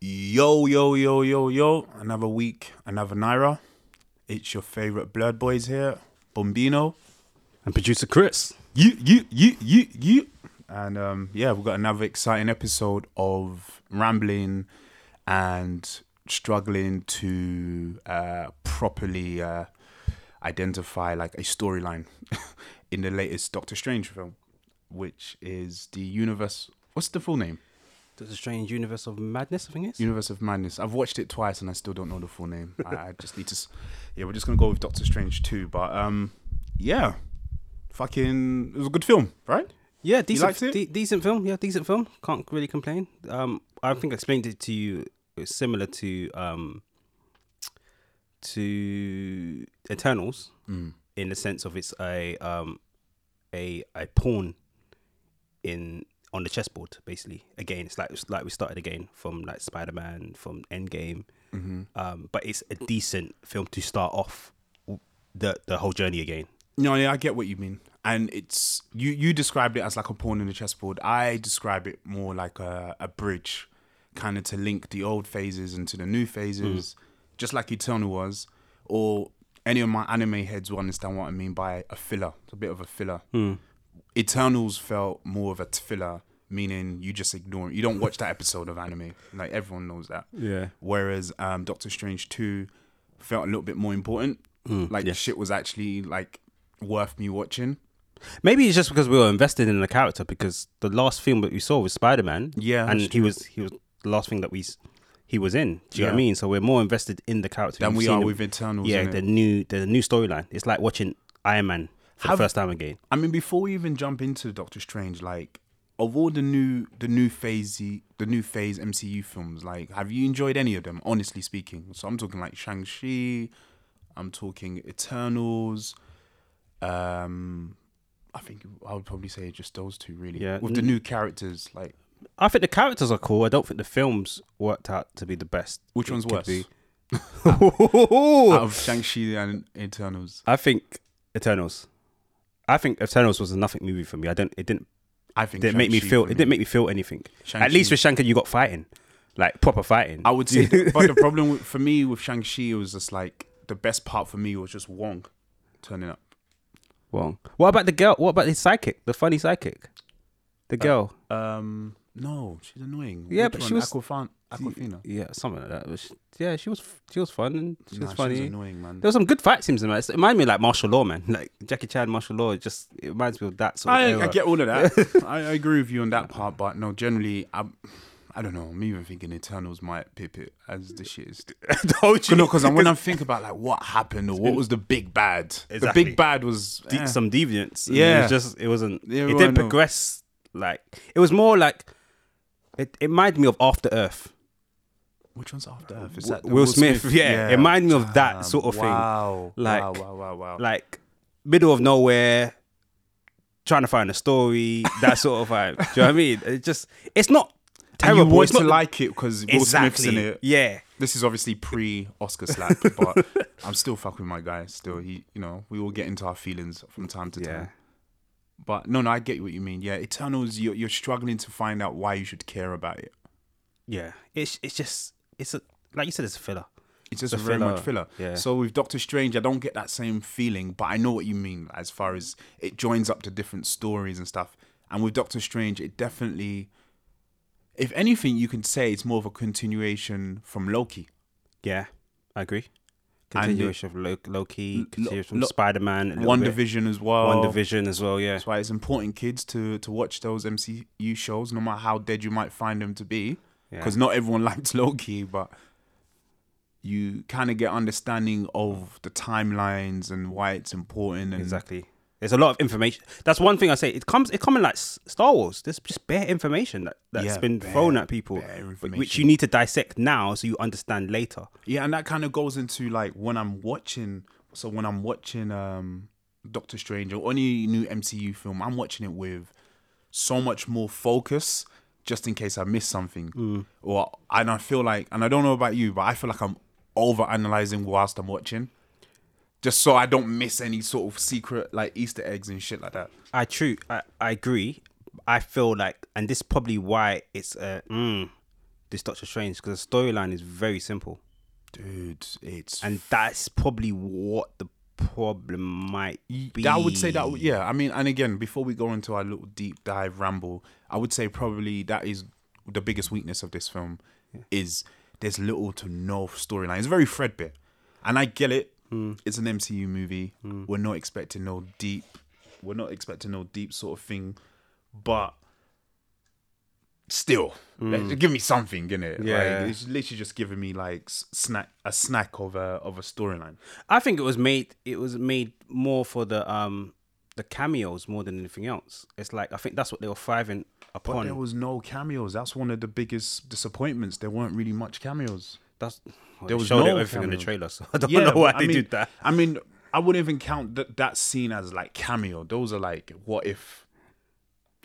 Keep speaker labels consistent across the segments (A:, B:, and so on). A: Yo, yo, yo, yo, yo. Another week, another Naira. It's your favorite Blood Boys here, Bombino.
B: and producer Chris.
A: You, you, you, you, you. And um, yeah, we've got another exciting episode of rambling and struggling to uh, properly uh, identify like a storyline in the latest Doctor Strange film, which is the universe. What's the full name?
B: There's a strange universe of madness, I think it's.
A: Universe of Madness. I've watched it twice and I still don't know the full name. I, I just need to. s- Yeah, we're just gonna go with Doctor Strange too. But um, yeah, fucking, it was a good film, right?
B: yeah, decent,
A: liked it?
B: de- decent film. Yeah, decent film. Can't really complain. Um, I think I explained it to you. It's similar to um, to Eternals
A: Mm.
B: in the sense of it's a um, a a pawn in on the chessboard basically. Again, it's like it's like we started again from like Spider Man from Endgame.
A: Mm-hmm.
B: Um, but it's a decent film to start off w- the the whole journey again.
A: No, yeah, I get what you mean, and it's you. You described it as like a pawn in the chessboard. I describe it more like a, a bridge, kind of to link the old phases into the new phases, just like Eternal was, or any of my anime heads will understand what I mean by a filler. It's a bit of a filler. Eternals felt more of a t- filler, meaning you just ignore it. You don't watch that episode of anime. Like everyone knows that.
B: Yeah.
A: Whereas um, Doctor Strange two felt a little bit more important. like
B: Mm, yes.
A: shit was actually like worth me watching.
B: Maybe it's just because we were invested in the character because the last film that we saw was Spider Man.
A: Yeah,
B: and
A: that's
B: he was he was the last thing that we s- he was in. Do you know what I
A: Yeah.
B: mean? So we're more invested in the character
A: Than
B: We've
A: we
B: seen
A: are
B: him.
A: with Eternals.
B: Yeah,
A: Yeah.
B: the new the new storyline. It's like watching Iron Man for the first time again.
A: I mean, before we even jump into Doctor Strange, like of all the new the new phase the new phase MCU films, like have you enjoyed any of them? Honestly speaking, so I'm talking like Shang Chi, I'm talking Eternals. Um, I think I would probably say just those two really.
B: Yeah.
A: With the new characters, like
B: I think the characters are cool. I don't think the films worked out to be the best.
A: which
B: it
A: one's
B: could
A: worse?
B: be.
A: Out of Shang Chi and Eternals,
B: I think Eternals. I think Eternals was a nothing movie for me. I don't. It didn't.
A: I think
B: Didn't make me
A: Shang-Chi
B: feel.
A: for
B: It didn't make me feel anything. At
A: Shang-Chi.
B: least with Shankar, you got fighting, like proper fighting.
A: I would say, but the problem with, for me with Shang Chi was just like the best part for me was just Wong turning up.
B: Wrong. What about the girl? What about his psychic? The funny psychic,
A: Uh,
B: the girl.
A: Um, no, she's annoying.
B: Yeah, but she was-
A: Aquafan, Aquafina.
B: yeah, something like that. But she- yeah, she was she was fun and she
A: Nah,
B: was
A: she
B: funny.
A: was annoying, man.
B: there was some good fight scenes in that. It reminded me like martial law, man. Like Jackie Chan martial law. It just it reminds me of that sort of
A: I, I
B: era.
A: get all of that. I, I agree with you on that part, but no, generally, I, I don't know. I'm even thinking Eternals might pip it as the shittest.
B: Told you.
A: No, because when I think about like what happened or what was the big bad, the
B: Exactly.
A: big bad was
B: de-
A: eh.
B: some deviance. and
A: Yeah.
B: it was just it wasn't.
A: Yeah,
B: it
A: well,
B: didn't
A: no.
B: progress. Like it was more like it. It reminded me of After Earth.
A: Which one's after Earth? Is that
B: Will,
A: the
B: Smith. Yeah, it reminded me of that
A: Um,
B: sort of thing.
A: Wow.
B: Like-
A: wow, wow, wow, wow.
B: like middle of nowhere, trying to find a story, that sort of vibe. Do you know what I mean? It just it's not
A: And
B: terrible.
A: you want
B: it's not
A: to like it because Will Smith's
B: exactly.
A: in it.
B: Yeah.
A: This is obviously pre Oscar slap, but I'm still fucking with my guy. Still, he, you know, we all get into our feelings from time to
B: Yeah.
A: time. But no, no, I get what you mean. Yeah, Eternals, you're, you're struggling to find out why you should care about it.
B: Yeah. It's it's just it's a like you said, it's a filler.
A: It's just
B: The
A: very much
B: filler,
A: filler.
B: yeah.
A: So with Doctor Strange, I don't get that same feeling, but I know what you mean as far as it joins up to different stories and stuff. And with Doctor Strange, it definitely, if anything, you could say it's more of a continuation from Loki.
B: Yeah, I agree.
A: And it-
B: Continuation of Lo- Loki, continuation from
A: Lo-
B: Spider Man,
A: One Division as well.
B: One Division as well. Yeah.
A: That's why it's important, kids, to to watch those MCU shows, no matter how dead you might find them to be,
B: Yeah.
A: because not everyone liked Loki, but you kind of get understanding of the timelines and why it's important. And
B: Exactly. There's a lot of information. That's one thing I say. It comes. It comes in like S- Star Wars. There's just bare information that that's
A: Yeah,
B: been
A: bare-
B: thrown at people,
A: bare
B: wh- which
A: information.
B: you need to dissect now so you understand later.
A: yeah, and that kind of goes into like when I'm watching. So when I'm watching um Doctor Strange or any new MCU film, I'm watching it with so much more focus just in case I miss something. Or and I feel like and I don't know about you, but I feel like I'm over analyzing whilst I'm watching. Just so I don't miss any sort of secret like Easter eggs and shit like that.
B: I true. I, I agree. I feel like, and this is probably why it's a uh, mm, this Doctor Strange because the storyline is very simple,
A: dude. It's
B: and that's probably what the problem might be.
A: I would say that w- yeah. I mean, and again, before we go into our little deep dive ramble, I would say probably that is the biggest weakness of this film is there's little to no storyline. It's very threadbare, and I get it.
B: Hmm.
A: It's an MCU movie. We're not expecting no deep. We're not expecting no deep sort of thing, but still, like, give me something in it.
B: Hmm. Yeah.
A: Like, it's literally just giving me like s- snack a snack of a of a storyline.
B: I think it was made. It was made more for the um the cameos more than anything else. It's like I think that's what they were thriving upon.
A: There was no cameos. That's one of the biggest disappointments. There weren't really much cameos.
B: that's
A: There
B: well, they
A: was
B: showed
A: no
B: everything in the
A: cameos.
B: trailer, so I don't know why
A: but
B: they
A: mean,
B: did that.
A: I mean, I wouldn't even count that that scene as like cameo. Those are like what if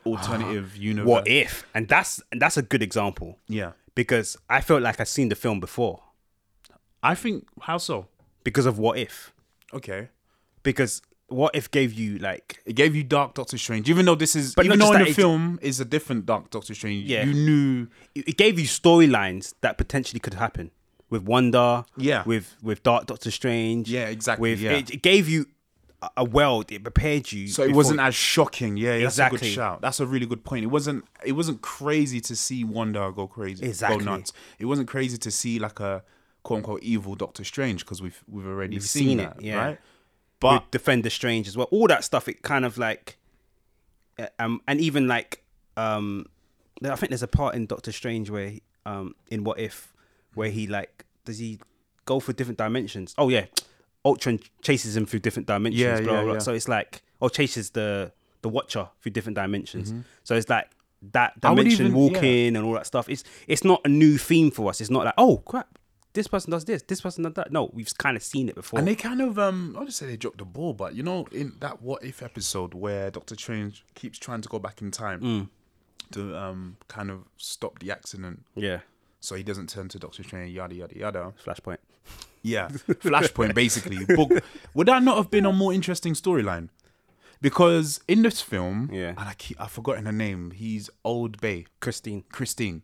A: alternative universe.
B: What if? And that's and that's a good example
A: Yeah,
B: because I felt like I'd seen the film before
A: I think how so?
B: because of What If.
A: Okay,
B: Because What If gave you like
A: it gave you Dark Doctor Strange, even though this is
B: But
A: even
B: not
A: though
B: just
A: in
B: that,
A: the
B: it-
A: film is a different Dark Doctor Strange.
B: Yeah.
A: you knew
B: it it gave you storylines that potentially could happen with Wonder,
A: Yeah.
B: with with Dark Doctor Strange,
A: Yeah, exactly,
B: With
A: yeah.
B: It, it gave you a- a world, it prepared you.
A: So it
B: before-
A: wasn't as shocking. Yeah, yeah, that's a
B: Exactly.
A: good shout. That's a really good point. It wasn't it wasn't crazy to see Wanda go crazy,
B: Exactly.
A: go nuts. It wasn't crazy to see like a quote unquote evil Doctor Strange because we've we've already seen,
B: seen it,
A: that,
B: yeah.
A: right? But
B: with Defender Strange as well. All that stuff, it kind of like, uh, um, and even like, um, I think there's a part in Doctor Strange where, um, in What If, where he like, does he go for different dimensions? Oh yeah, Ultron chases him through different dimensions.
A: Yeah,
B: blah,
A: yeah,
B: blah.
A: yeah.
B: So it's like, or chases the the Watcher through different dimensions. So it's like that
A: Mm-hmm. would
B: dimension
A: even-
B: walking and all that stuff. It's it's not a new theme for us. It's not like oh crap. This person does this. This person does that. No, we've kind of seen it before.
A: and they kind of um I would say they dropped the ball, but you know in that what if episode where Doctor Strange keeps trying to go back in time
B: Mm.
A: to um kind of stop the accident
B: yeah,
A: so he doesn't turn to Doctor Strange yada yada yada.
B: flashpoint.
A: Yeah, Flashpoint basically. But would that not have been a more interesting storyline? Because in this film,
B: Yeah.
A: and I keep I've forgotten her name. He's Old Bay
B: Christine.
A: Christine.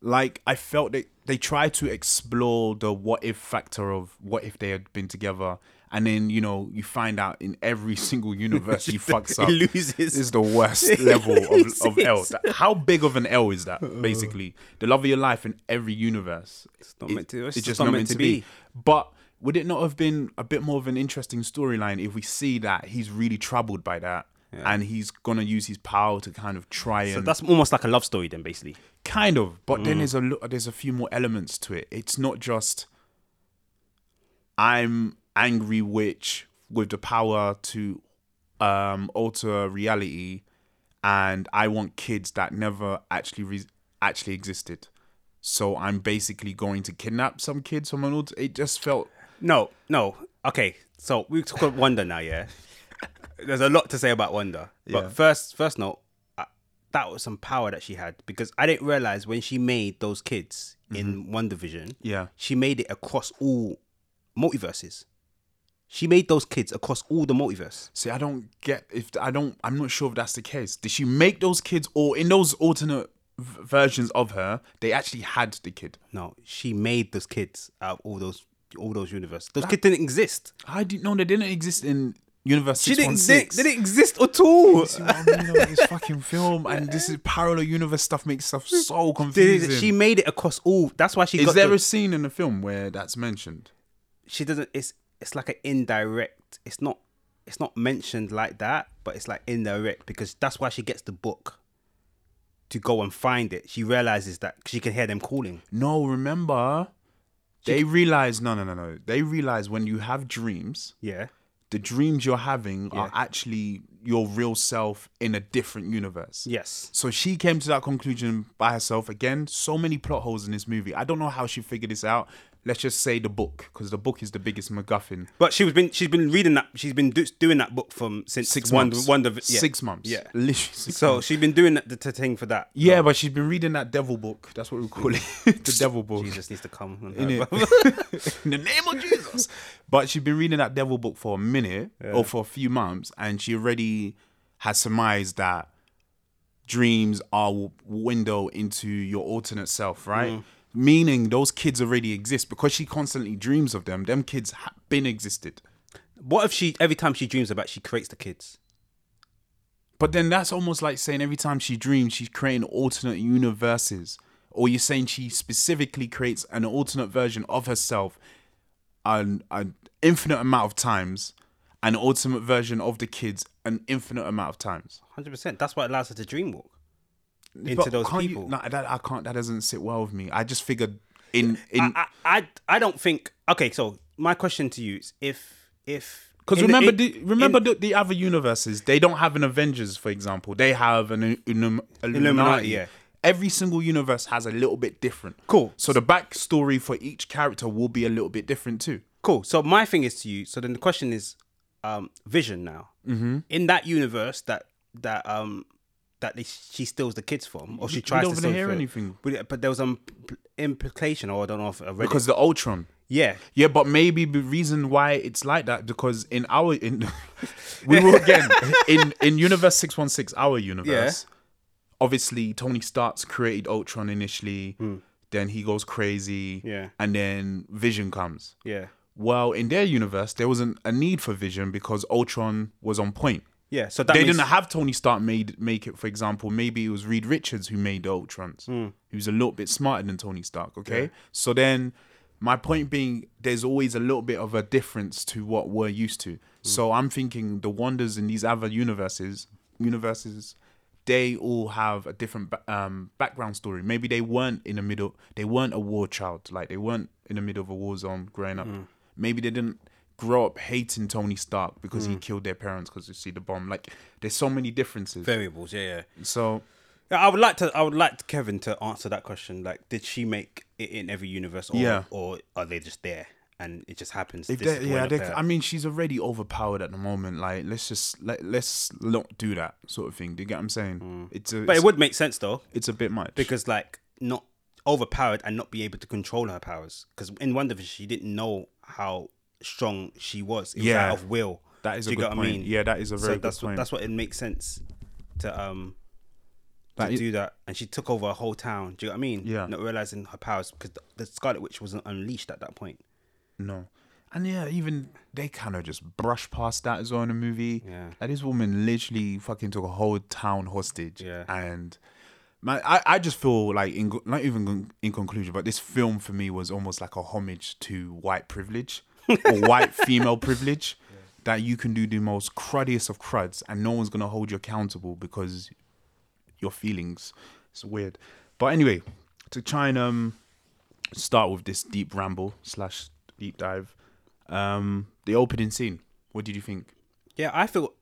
A: Like I felt that they tried to explore the what if factor of what if they had been together, and then you know you find out in every single universe he fucks up.
B: He loses.
A: This is the worst level of, of L.
B: loses.
A: That- How big of an L is that? Basically, the love of your life in every universe. It's
B: not meant to- it's just not meant to be.
A: But would it not have been a bit more of an interesting storyline if we see that he's really troubled by that? And he's gonna use his power to kind of try and
B: So that's almost like a love story then, basically.
A: kind of but then there's a lo- there's a few more elements to it it's not just i'm angry witch with the power to um alter reality and i want kids that never actually re- actually existed so i'm basically going to kidnap some kids from an alter it just felt
B: No, no. Okay, so we talk about Wonder now, yeah. There's a lot to say about Wonder, but
A: Yeah.
B: first, first note, I, that was some power that she had because I didn't realize when she made those kids in Wonder Vision,
A: Mm-hmm. Yeah.
B: she made it across all multiverses. She made those kids across all the multiverse.
A: see i don't get if i don't i'm not sure if that's the case did she make those kids or in those alternate v- versions of her they actually had the kid
B: No, she made those kids out of all those all those universes. Those kids didn't exist.
A: I didn't know they didn't exist in Universe
B: She didn't. They,
A: 616.
B: they didn't exist at all.
A: See what I mean about this fucking film and this is parallel universe stuff makes stuff so
B: Did-
A: confusing.
B: she made it across all. That's why she
A: is
B: got.
A: there
B: the-
A: a scene in the film where that's mentioned?
B: she doesn't. It's it's like an indirect. It's not. It's not mentioned like that, but it's like indirect because that's why she gets the book to go and find it. She realizes that she can hear them calling.
A: No, remember they realize no no no no. They realize when you have dreams,
B: Yeah.
A: the dreams you're having are actually your real self in a different universe.
B: Yes.
A: So she came to that conclusion by herself. Again, so many plot holes in this movie. I don't know how she figured this out. Let's just say the book, because the book is the biggest MacGuffin.
B: But she was been she's been reading that she's been do, doing that book from since
A: six
B: Wonder,
A: months.
B: Wonder, yeah.
A: Six months.
B: Yeah.
A: Literally six
B: So
A: months.
B: she's been doing that the, the thing for that.
A: Yeah, but she's been reading that devil book. That's what we call it. the devil book.
B: Jesus needs to come. on
A: In,
B: her,
A: it.
B: bro.
A: in the name of Jesus. But she's been reading that devil book for a minute or for a few months and she already has surmised that dreams are w- window into your alternate self, right? Meaning those kids already exist because she constantly dreams of them. Them kids have been existed.
B: What if she every time she dreams about it, she creates the kids?
A: But then that's almost like saying every time she dreams, she's creating alternate universes. Or you're saying she specifically creates an alternate version of herself an, an infinite amount of times, an ultimate version of the kids an infinite amount of times.
B: Hundred percent. That's what allows her to dream walk into
A: But
B: those
A: can't you-
B: people.
A: no, that, I can't. That doesn't sit well with me. I just figured in in
B: I, I I don't think. Okay, so my question to you is if if
A: Because
B: in the-
A: remember,
B: in-
A: the, remember the, the other universes. They don't have an Avengers, for example. They have an, Illum- Illuminati.
B: Illuminati, yeah.
A: Every single universe has a little bit different.
B: Cool.
A: So the backstory for each character will be a little bit different too.
B: Cool. So my thing is to you. So then the question is, um, Vision now mm-hmm. in that universe that that um that they, she steals the kids from, or she tries
A: don't
B: to
A: even
B: steal
A: hear
B: from-
A: anything.
B: But, but there was an imp- implication, or I don't know if I read it.
A: Because the Ultron.
B: Yeah,
A: Yeah, but maybe the reason why it's like that because in our in we were again in in universe six one six our universe. Obviously, Tony Stark's created Ultron initially. Then he goes crazy.
B: Hmm. Yeah.
A: and then Vision comes.
B: yeah,
A: Well, in their universe, there wasn't a need for Vision because Ultron was on point.
B: yeah. So that
A: they
B: means,
A: didn't have Tony Stark made make it. For example, maybe it was Reed Richards who made the Ultrons. He was a little bit smarter than Tony Stark. Okay, so then my point being, there's always a little bit of a difference to what we're used to. So I'm thinking the wonders in these other universes, universes, they all have a different ba- um, background story. Maybe they weren't in the middle. They weren't a war child. Like they weren't in the middle of a war zone growing up.
B: Mm.
A: Maybe they didn't grow up hating Tony Stark because
B: Mm.
A: he killed their parents because you see the bomb. Like there's so many differences.
B: variables. Yeah, yeah.
A: So
B: Yeah, I would like to. I would like Kevin to answer that question. Like, did she make it in every universe, or,
A: Yeah.
B: or are they just there and it just happens?
A: if
B: this is
A: they-
B: the
A: yeah,
B: one
A: they,
B: up there?
A: I mean she's already overpowered at the moment. Like let's just let let's not do that sort of thing. Do you get what I'm saying? It's a
B: Mm. but
A: it's,
B: it would make sense though.
A: it's a bit much.
B: because like not overpowered and not be able to control her powers because in Wonder Vision she didn't know how strong she was. It
A: Yeah.
B: was out of will.
A: that is a
B: Do you
A: good
B: get
A: point.
B: what I mean?
A: Yeah, that is a
B: So
A: very
B: that's
A: good
B: what
A: point.
B: that's what it makes sense to um
A: That
B: to
A: is-
B: do that. And she took over a whole town. Do you know what I mean?
A: Yeah.
B: Not realizing her powers because the, the Scarlet Witch wasn't unleashed at that point.
A: No. And yeah, even they kind of just brush past that as well in the movie.
B: Yeah.
A: Like this woman literally fucking took a whole town hostage.
B: Yeah.
A: And man, I, I just feel like, in, not even con- in conclusion, but this film for me was almost like a homage to white privilege or white female privilege that you can do the most cruddiest of cruds and no one's going to hold you accountable because your feelings. It's weird. But anyway, to try and um, start with this deep ramble slash deep dive, um, the opening scene. What did you think?
B: Yeah, I feel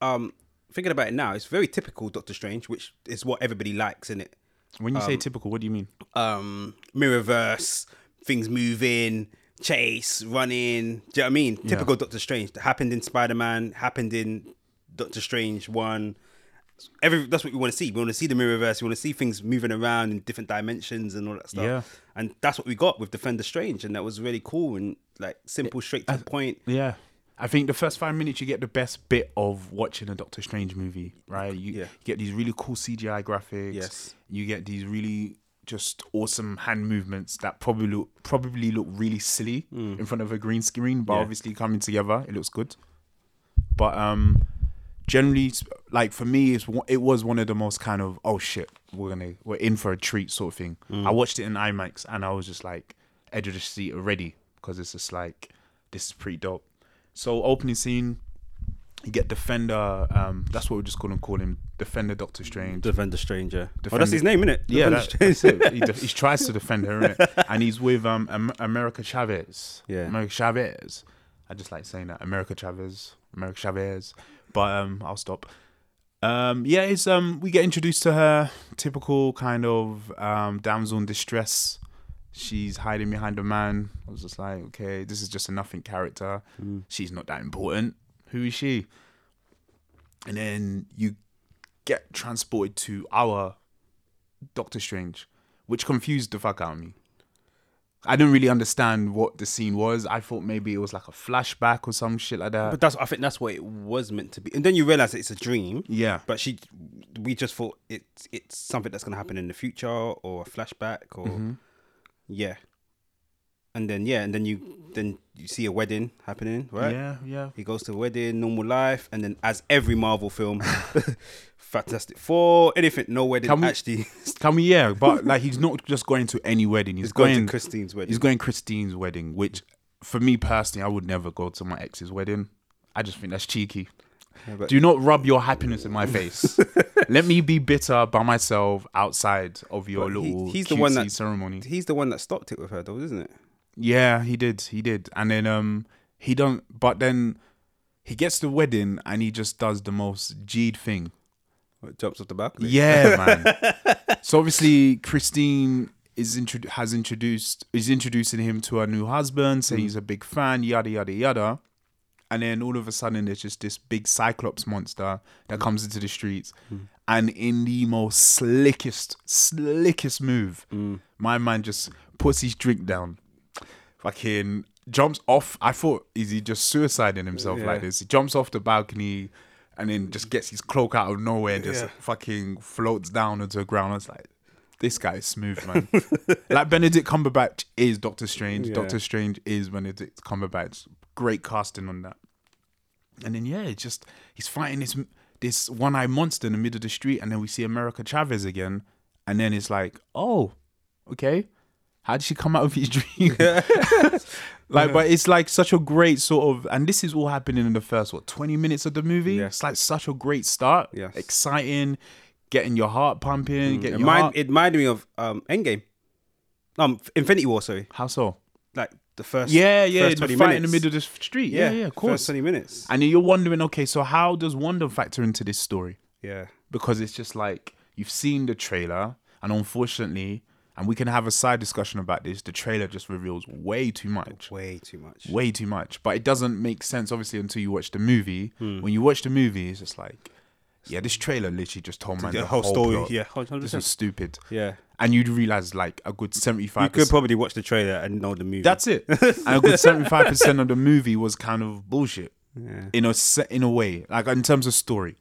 B: um thinking about it now, it's very typical Doctor Strange, which is what everybody likes in it.
A: When you say typical, what do you mean?
B: um mirrorverse things moving chase running do you know what i mean typical doctor strange that happened in spider-man happened in doctor strange one every that's what we want to see we want to see the mirrorverse we want to see things moving around in different dimensions and all that stuff
A: Yeah.
B: and that's what we got with defender strange and that was really cool and like simple straight to the point
A: Yeah. I think the first five minutes you get the best bit of watching a Doctor Strange movie, right? You,
B: Yeah.
A: you get these really cool CGI graphics.
B: Yes.
A: You get these really just awesome hand movements that probably look probably look really silly in front of a green screen, but obviously coming together, it looks good. But um, generally, s- like for me, it's one- it was one of the most kind of oh shit, we're gonna we're in for a treat sort of thing. I watched it in IMAX and I was just like edge of the seat already because it's just like this is pretty dope. So opening scene, you get Defender. Um, that's what we're just gonna call him, Defender Doctor Strange.
B: defender stranger oh
A: Defender-
B: that's his name innit?
A: yeah,
B: Defender
A: that,
B: Strange.
A: that's it. He, def- he tries to defend her, innit? and he's with um Am- America Chavez.
B: Yeah.
A: America Chavez. I just like saying that America Chavez, America Chavez. But um, I'll stop. Um, yeah, it's um we get introduced to her typical kind of um damsel in distress. She's hiding behind a man. I was just like, okay, this is just a nothing character. She's not that important. Who is she? And then you get transported to our Doctor Strange, which confused the fuck out of me. I didn't really understand what the scene was. I thought maybe it was like a flashback or some shit like that.
B: But that's I think that's what it was meant to be. And then you realize it's a dream.
A: Yeah.
B: But she, we just thought it's it's something that's gonna happen in the future or a flashback or
A: Mm-hmm.
B: yeah. And then yeah, and then you then you see a wedding happening, right?
A: yeah, yeah.
B: He goes to a wedding, normal life, and then as every Marvel film, Fantastic Four, anything, no wedding
A: Can we-
B: actually.
A: Can we? Yeah, but like he's not just going to any wedding. He's,
B: He's
A: going,
B: going to Christine's wedding.
A: He's going Christine's wedding, which for me personally, I would never go to my ex's wedding. I just think that's cheeky.
B: but-
A: Do not rub your happiness in my face. Let me be bitter by myself outside of your
B: But he-
A: little
B: he's the one
A: cutesy
B: that-
A: ceremony.
B: He's the one that stopped it with her, though, isn't it?
A: Yeah, he did. He did. And then um he don't but then he gets the wedding and he just does the most G'd thing.
B: What, Jumps off the balcony.
A: Yeah, man. so obviously Christine is introdu- has introduced is introducing him to her new husband, saying he's a big fan, yada yada yada. And then all of a sudden there's just this big cyclops monster that comes into the streets.
B: Hmm.
A: And in the most slickest, slickest move,
B: Hmm.
A: my man just puts his drink down. Fucking jumps off. I thought, is he just suiciding himself like
B: Yeah.
A: this? He jumps off the balcony and then just gets his cloak out of nowhere and just
B: Yeah.
A: fucking floats down onto the ground. I was like, this guy is smooth, man. like Benedict Cumberbatch is Doctor Strange.
B: Yeah.
A: Doctor Strange is Benedict Cumberbatch. Great casting on that. And then yeah, it's just he's fighting this this one eyed monster in the middle of the street, and then we see America Chavez again, and then it's like, oh, okay, how did she come out of your dream? like, but it's like such a great sort of, and this is all happening in the first what twenty minutes of the movie.
B: Yeah.
A: It's like such a great start,
B: Yes. Mm.
A: exciting, getting your heart pumping,
B: It,
A: getting your
B: mind,
A: heart.
B: it reminded me of um, Endgame. Um, Infinity War, sorry.
A: How so?
B: Like the first.
A: Yeah, yeah,
B: first
A: the
B: 20
A: fight in the
B: minutes.
A: middle of the street. Yeah, yeah, of
B: First
A: course.
B: 20 minutes.
A: And then you're wondering, okay, so how does Wonder factor into this story?
B: Yeah.
A: because it's just like you've seen the trailer, and unfortunately, and we can have a side discussion about this. The trailer just reveals way too much,
B: Way too much.
A: way too much, but it doesn't make sense obviously until you watch the movie.
B: Hmm.
A: When you watch the movie, it's just like, yeah, this trailer literally just told man
B: The
A: the,
B: whole story,
A: plot.
B: yeah, 100%.
A: this was stupid.
B: Yeah.
A: and you'd realize like a good
B: You
A: seventy-five.
B: could probably watch the trailer and know the movie.
A: That's it. and a good seventy-five percent of the movie was kind of bullshit
B: Yeah.
A: in a se- in a way, like in terms of story.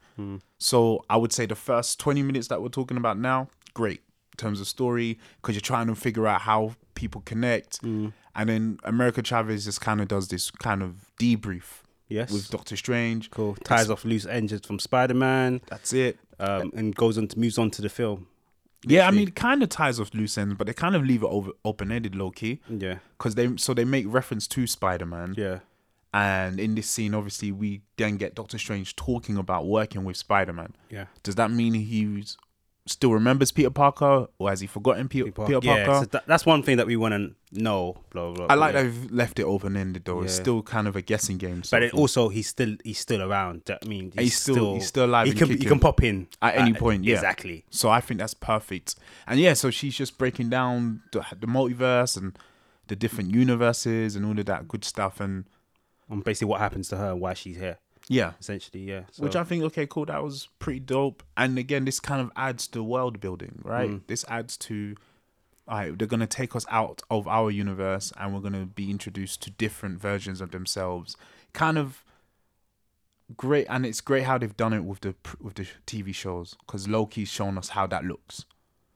A: So I would say the first twenty minutes that we're talking about now, great in terms of story, because you're trying to figure out how people connect, and then America Chavez just kind of does this kind of debrief
B: Yes.
A: with Doctor Strange.
B: cool. Ties off loose engines from Spider Man
A: That's it.
B: um, and goes on to moves on to the film.
A: Yeah, I mean, it kind of ties off loose ends, but they kind of leave it over open-ended, low key,
B: Yeah.
A: because they so they make reference to Spider-Man.
B: Yeah.
A: And in this scene, obviously, we then get Doctor Strange talking about working with Spider Man.
B: Yeah.
A: Does that mean he still remembers Peter Parker or has he forgotten Peter, Peter Parker?
B: Yeah, so that, that's one thing that we want to know. Blah blah.
A: I like
B: blah.
A: they've left it open ended though. It's
B: Yeah.
A: still kind of a guessing game. So
B: But it also, he's still he's still around. That means he's,
A: He's still- he's still alive
B: He
A: and
B: can he
A: kicking.
B: can pop in
A: At any point, yeah.
B: Exactly.
A: So I think that's perfect. And yeah, so she's just breaking down the, the multiverse and the different universes and all of that good stuff. And
B: And basically, what happens to her and why she's here.
A: yeah,
B: Essentially, yeah. So,
A: Which I think, okay, cool, that was pretty dope. And again, this kind of adds to world building, right? This adds to, all right, they're going to take us out of our universe and we're going to be introduced to different versions of themselves. Kind of great. And it's great how they've done it with the pr- with the TV shows because Loki's shown us how that looks.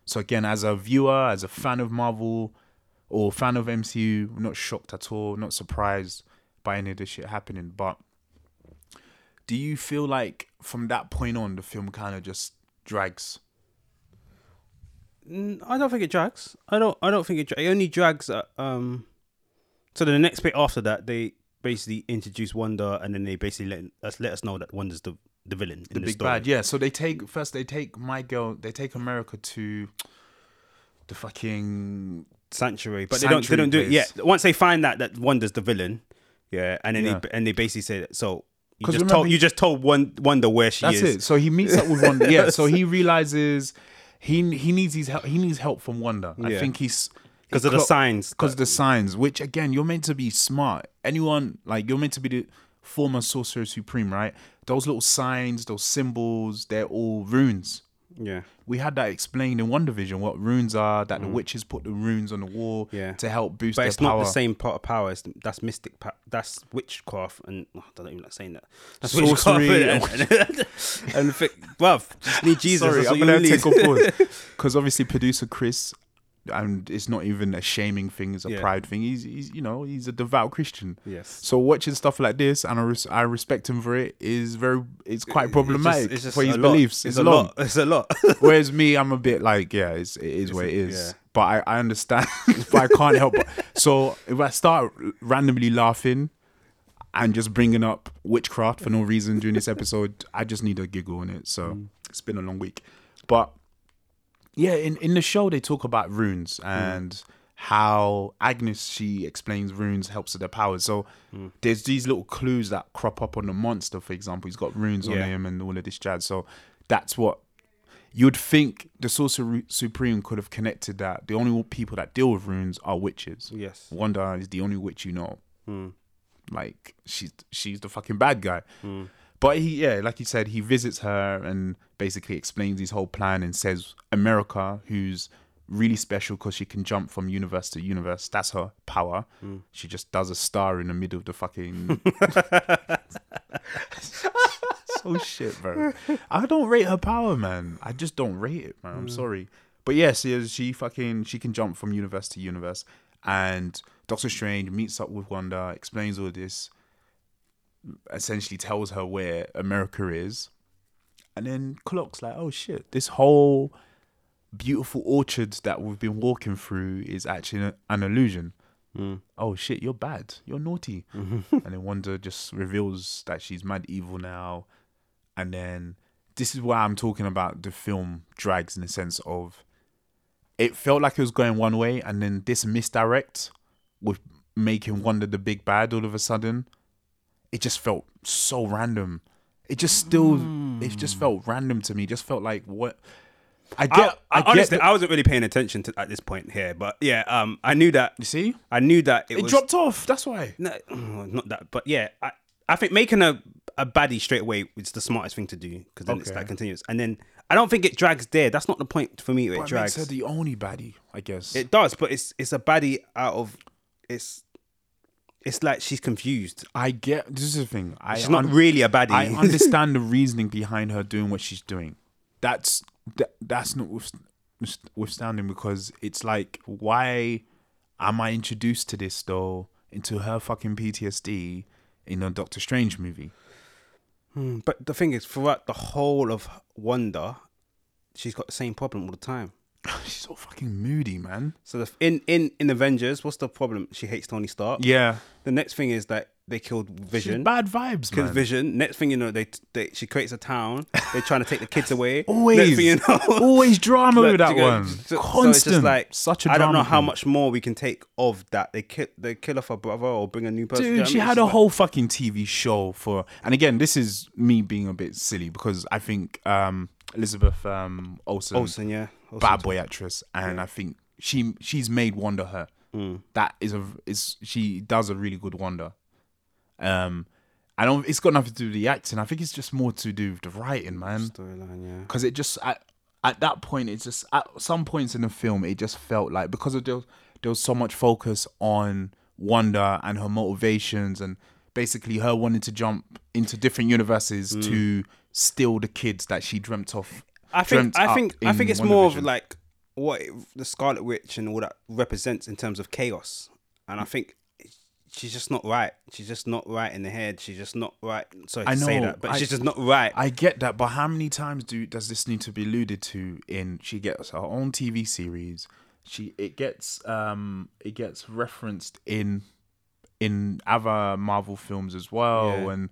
A: So again, as a viewer, as a fan of Marvel or fan of MCU, I'm not shocked at all, not surprised by any of this shit happening. But do you feel like from that point on the film kind of just drags?
B: Mm, I don't think it drags. I don't. I don't think it. Dra- it only drags. At, um, so the next bit after that, they basically introduce Wonder, and then they basically let us let us know that Wonder's the the villain in the
A: Big
B: story.
A: bad, yeah. So they take first they take my girl, they take America to the fucking
B: sanctuary, but they
A: Sanctuary
B: don't. They don't do
A: place.
B: it yet. Once they find that that Wonder's the villain, yeah, and then
A: Yeah.
B: They, and they basically say that. So you
A: 'Cause
B: just
A: remember-
B: told you just told Won- Wonder where she
A: That's
B: is.
A: it. So he meets up with Wanda. Yeah. So he realizes he he needs his help. He needs help from Wanda. I
B: Yeah.
A: think he's
B: 'Cause of the signs
A: Because of the signs, which again, you're meant to be smart. Anyone like you're meant to be the former sorcerer supreme, right? Those little signs, those symbols, they're all runes.
B: Yeah.
A: We had that explained in One Division what runes are, that the witches put the runes on the wall
B: Mm. Yeah.
A: to help boost
B: But
A: their
B: it's
A: power.
B: not the same part of power. It's, that's mystic. Pa- that's witchcraft, and oh, I don't even like saying that. That's
A: Sorcery
B: witchcraft. innit? And, and, thi- bruv, just need Jesus.
A: Sorry,
B: that's all
A: I'm
B: you
A: gonna
B: need.
A: take a pause because obviously producer Chris, and it's not even a shaming thing; it's a
B: Yeah.
A: pride thing. He's, he's, you know, he's a devout Christian.
B: Yes.
A: So watching stuff like this, and I, res- I respect him for it, is very, it's quite problematic
B: It's just- it's just
A: for his
B: a lot.
A: beliefs.
B: It's
A: It's,
B: a
A: long.
B: lot. It's a lot.
A: Whereas me, I'm a bit like, yeah, it's, it is what it is.
B: yeah.
A: But I, I understand, but I can't help. But, so if I start randomly laughing and just bringing up witchcraft for no reason during this episode, I just need a giggle on it. So it's been a long week. But yeah, in, in the show, they talk about runes and how Agnes, she explains runes helps with their powers. So there's these little clues that crop up on the monster, for example. He's got runes on
B: Yeah.
A: him and all of this jazz. So that's what you'd think the Sorcerer Supreme could have connected that the only people that deal with runes are witches.
B: yes.
A: Wanda is the only witch you know. Like she's she's the fucking bad guy. But he yeah, like you said, he visits her and basically explains his whole plan and says America, who's really special because she can jump from universe to universe. That's her power. She just does a star in the middle of the fucking. so shit, bro. I don't rate her power, man. I just don't rate it, man. I'm sorry. But yes, yeah, she, she fucking she can jump from universe to universe, and Doctor Strange meets up with Wanda, explains all this, essentially tells her where America is, and then clocks like, oh shit, this whole beautiful orchard that we've been walking through is actually an, an illusion. Oh shit, you're bad, you're naughty,
B: Mm-hmm.
A: and then Wanda just reveals that she's mad evil now, and then this is why I'm talking about the film drags in the sense of it felt like it was going one way, and then this misdirect with making Wanda the big bad all of a sudden, it just felt so random. It just still, it just felt random to me. It just felt like what I
B: Mm. I,
A: get.
B: I,
A: I, get
B: honestly,
A: the-
B: I wasn't really paying attention to at this point here, but yeah, um, I knew that.
A: you see,
B: I knew that it,
A: it
B: was
A: dropped off. That's why.
B: No, not that, but yeah, I, I think making a, a baddie straight away is the smartest thing to do because then it's
A: Okay.
B: like continuous. And then I don't think it drags there. That's not the point for me. Where it
A: But it makes
B: drags.
A: her the only baddie, I guess.
B: It does, but it's it's a baddie out of it's it's like she's confused.
A: I get. This is the thing. I
B: She's not
A: un-
B: really a baddie.
A: I understand the reasoning behind her doing what she's doing. That's that, that's not with, withstanding because it's like why am I introduced to this though into her fucking PTSD in a Doctor Strange movie?
B: but the thing is, throughout the whole of Wonder, she's got the same problem all the time.
A: she's so fucking moody, man.
B: So the, in in in Avengers, what's the problem? She hates Tony Stark.
A: Yeah,
B: The next thing is that they killed Vision.
A: she's bad vibes,
B: Kids
A: man.
B: vision. Next thing you know, they, they she creates a town. They're trying to take the kids away. Next
A: always,
B: thing you know,
A: always drama
B: Like,
A: with that
B: you know,
A: one.
B: so- so it's
A: Constant,
B: just like
A: such a
B: I don't know
A: drama
B: how
A: queen.
B: much more we can take of that. They kill they kill off her brother or bring a new person.
A: Dude,
B: you know what I
A: she
B: mean?
A: had
B: It's
A: a
B: like-
A: whole fucking TV show for, and again, this is me being a bit silly because I think um, Elizabeth um, Olsen,
B: Olsen, yeah. Olsen.
A: bad boy actress, and I think she she's made Wonder her. That is a is she does a really good Wonder. Um, I don't. It's got nothing to do with the acting. I think it's just more to do with the writing, man.
B: storyline, yeah.
A: Because it just at at that point, it's just at some points in the film, it just felt like because of there, there was so much focus on Wanda and her motivations and basically her wanting to jump into different universes to steal the kids that she dreamt of.
B: Mm. I
A: dreamt
B: think I
A: up
B: think I
A: in
B: think it's more of
A: WandaVision.
B: like what it, the Scarlet Witch and all that represents in terms of chaos, and I think. She's just not right. She's just not right in the head. She's just not right. Sorry to
A: I
B: say
A: know,
B: that, but
A: I-
B: she's just not right.
A: I get that, but how many times do does this need to be alluded to? In she gets her own TV series. She it gets um it gets referenced in in other Marvel films as well,
B: Yeah.
A: and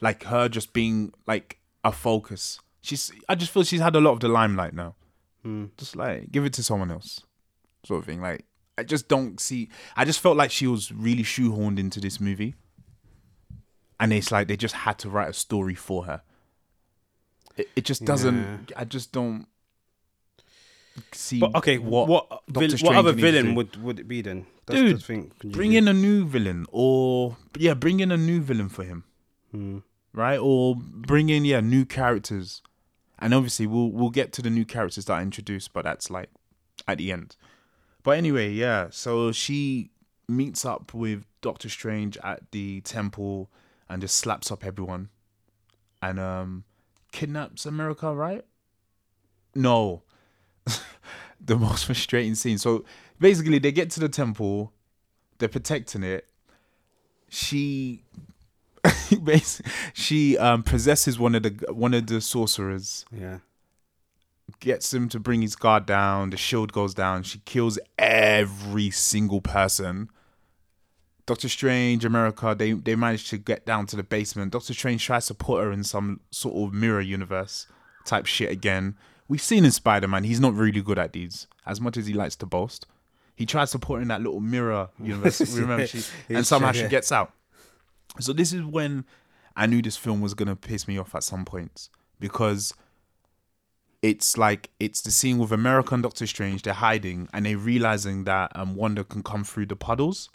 A: like her just being like a focus. She's I just feel she's had a lot of the limelight now. Just like give it to someone else, sort of thing. Like I just don't see. I just felt like she was really shoehorned into this movie, and it's like they just had to write a story for her. It, it just doesn't.
B: Yeah.
A: I just don't see.
B: But okay, what what,
A: Doctor
B: vil- what
A: Strange
B: other
A: needs to
B: villain
A: do.
B: would would it be then? That's
A: Dude,
B: the thing. Can you
A: bring
B: do-
A: in a new villain or yeah bring
B: Hmm.
A: in a new villain for him right or bring in yeah new characters And obviously, we'll we'll get to the new characters that I introduced, but that's like at the end. But anyway, yeah. So she meets up with Doctor Strange at the temple and just slaps up everyone, and um, kidnaps America, right? No, the most frustrating scene. So basically, they get to the temple, they're protecting it. She basically she um, possesses one of the one of the sorcerers,
B: Yeah.
A: gets him to bring his guard down. The shield goes down. She kills every single person. Doctor Strange, America, they they manage to get down to the basement. Doctor Strange tries to put her in some sort of mirror universe type shit again. We've seen in Spider Man, he's not really good at these. As much as he likes to boast, he tries to put her in that little mirror universe. We remember she, and
B: He's
A: somehow
B: trying-
A: she gets out. So this is when I knew this film was gonna piss me off at some points because it's like it's the scene with America and Doctor Strange. They're hiding and they're realizing that um, Wanda can come through the puddles.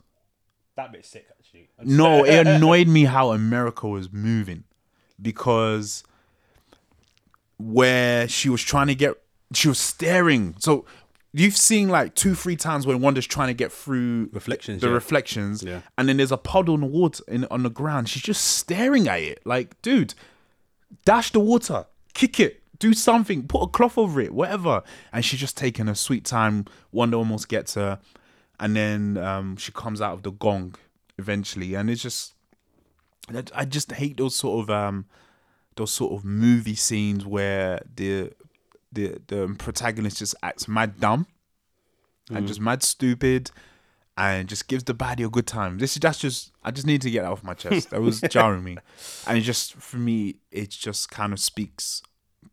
B: That bit's sick, actually.
A: No, it annoyed me how America was moving because where she was trying to get, she was staring. So you've seen like two, three times when Wanda's trying to get through
B: Reflections,
A: the
B: yeah.
A: reflections,
B: Yeah.
A: and then there's a puddle in the water in, on the ground. She's just staring at it, like, dude, dash the water, kick it, do something, put a cloth over it, whatever. And she's just taking her sweet time. Wanda almost gets her, and then um, she comes out of the gong eventually, and it's just that- I just hate those sort of um those sort of movie scenes where the the the protagonist just acts mad dumb and
B: Mm.
A: just mad stupid and just gives the baddie a good time. This is that's just I just need to get that off my chest. That was jarring me. And it just for me it just kind of speaks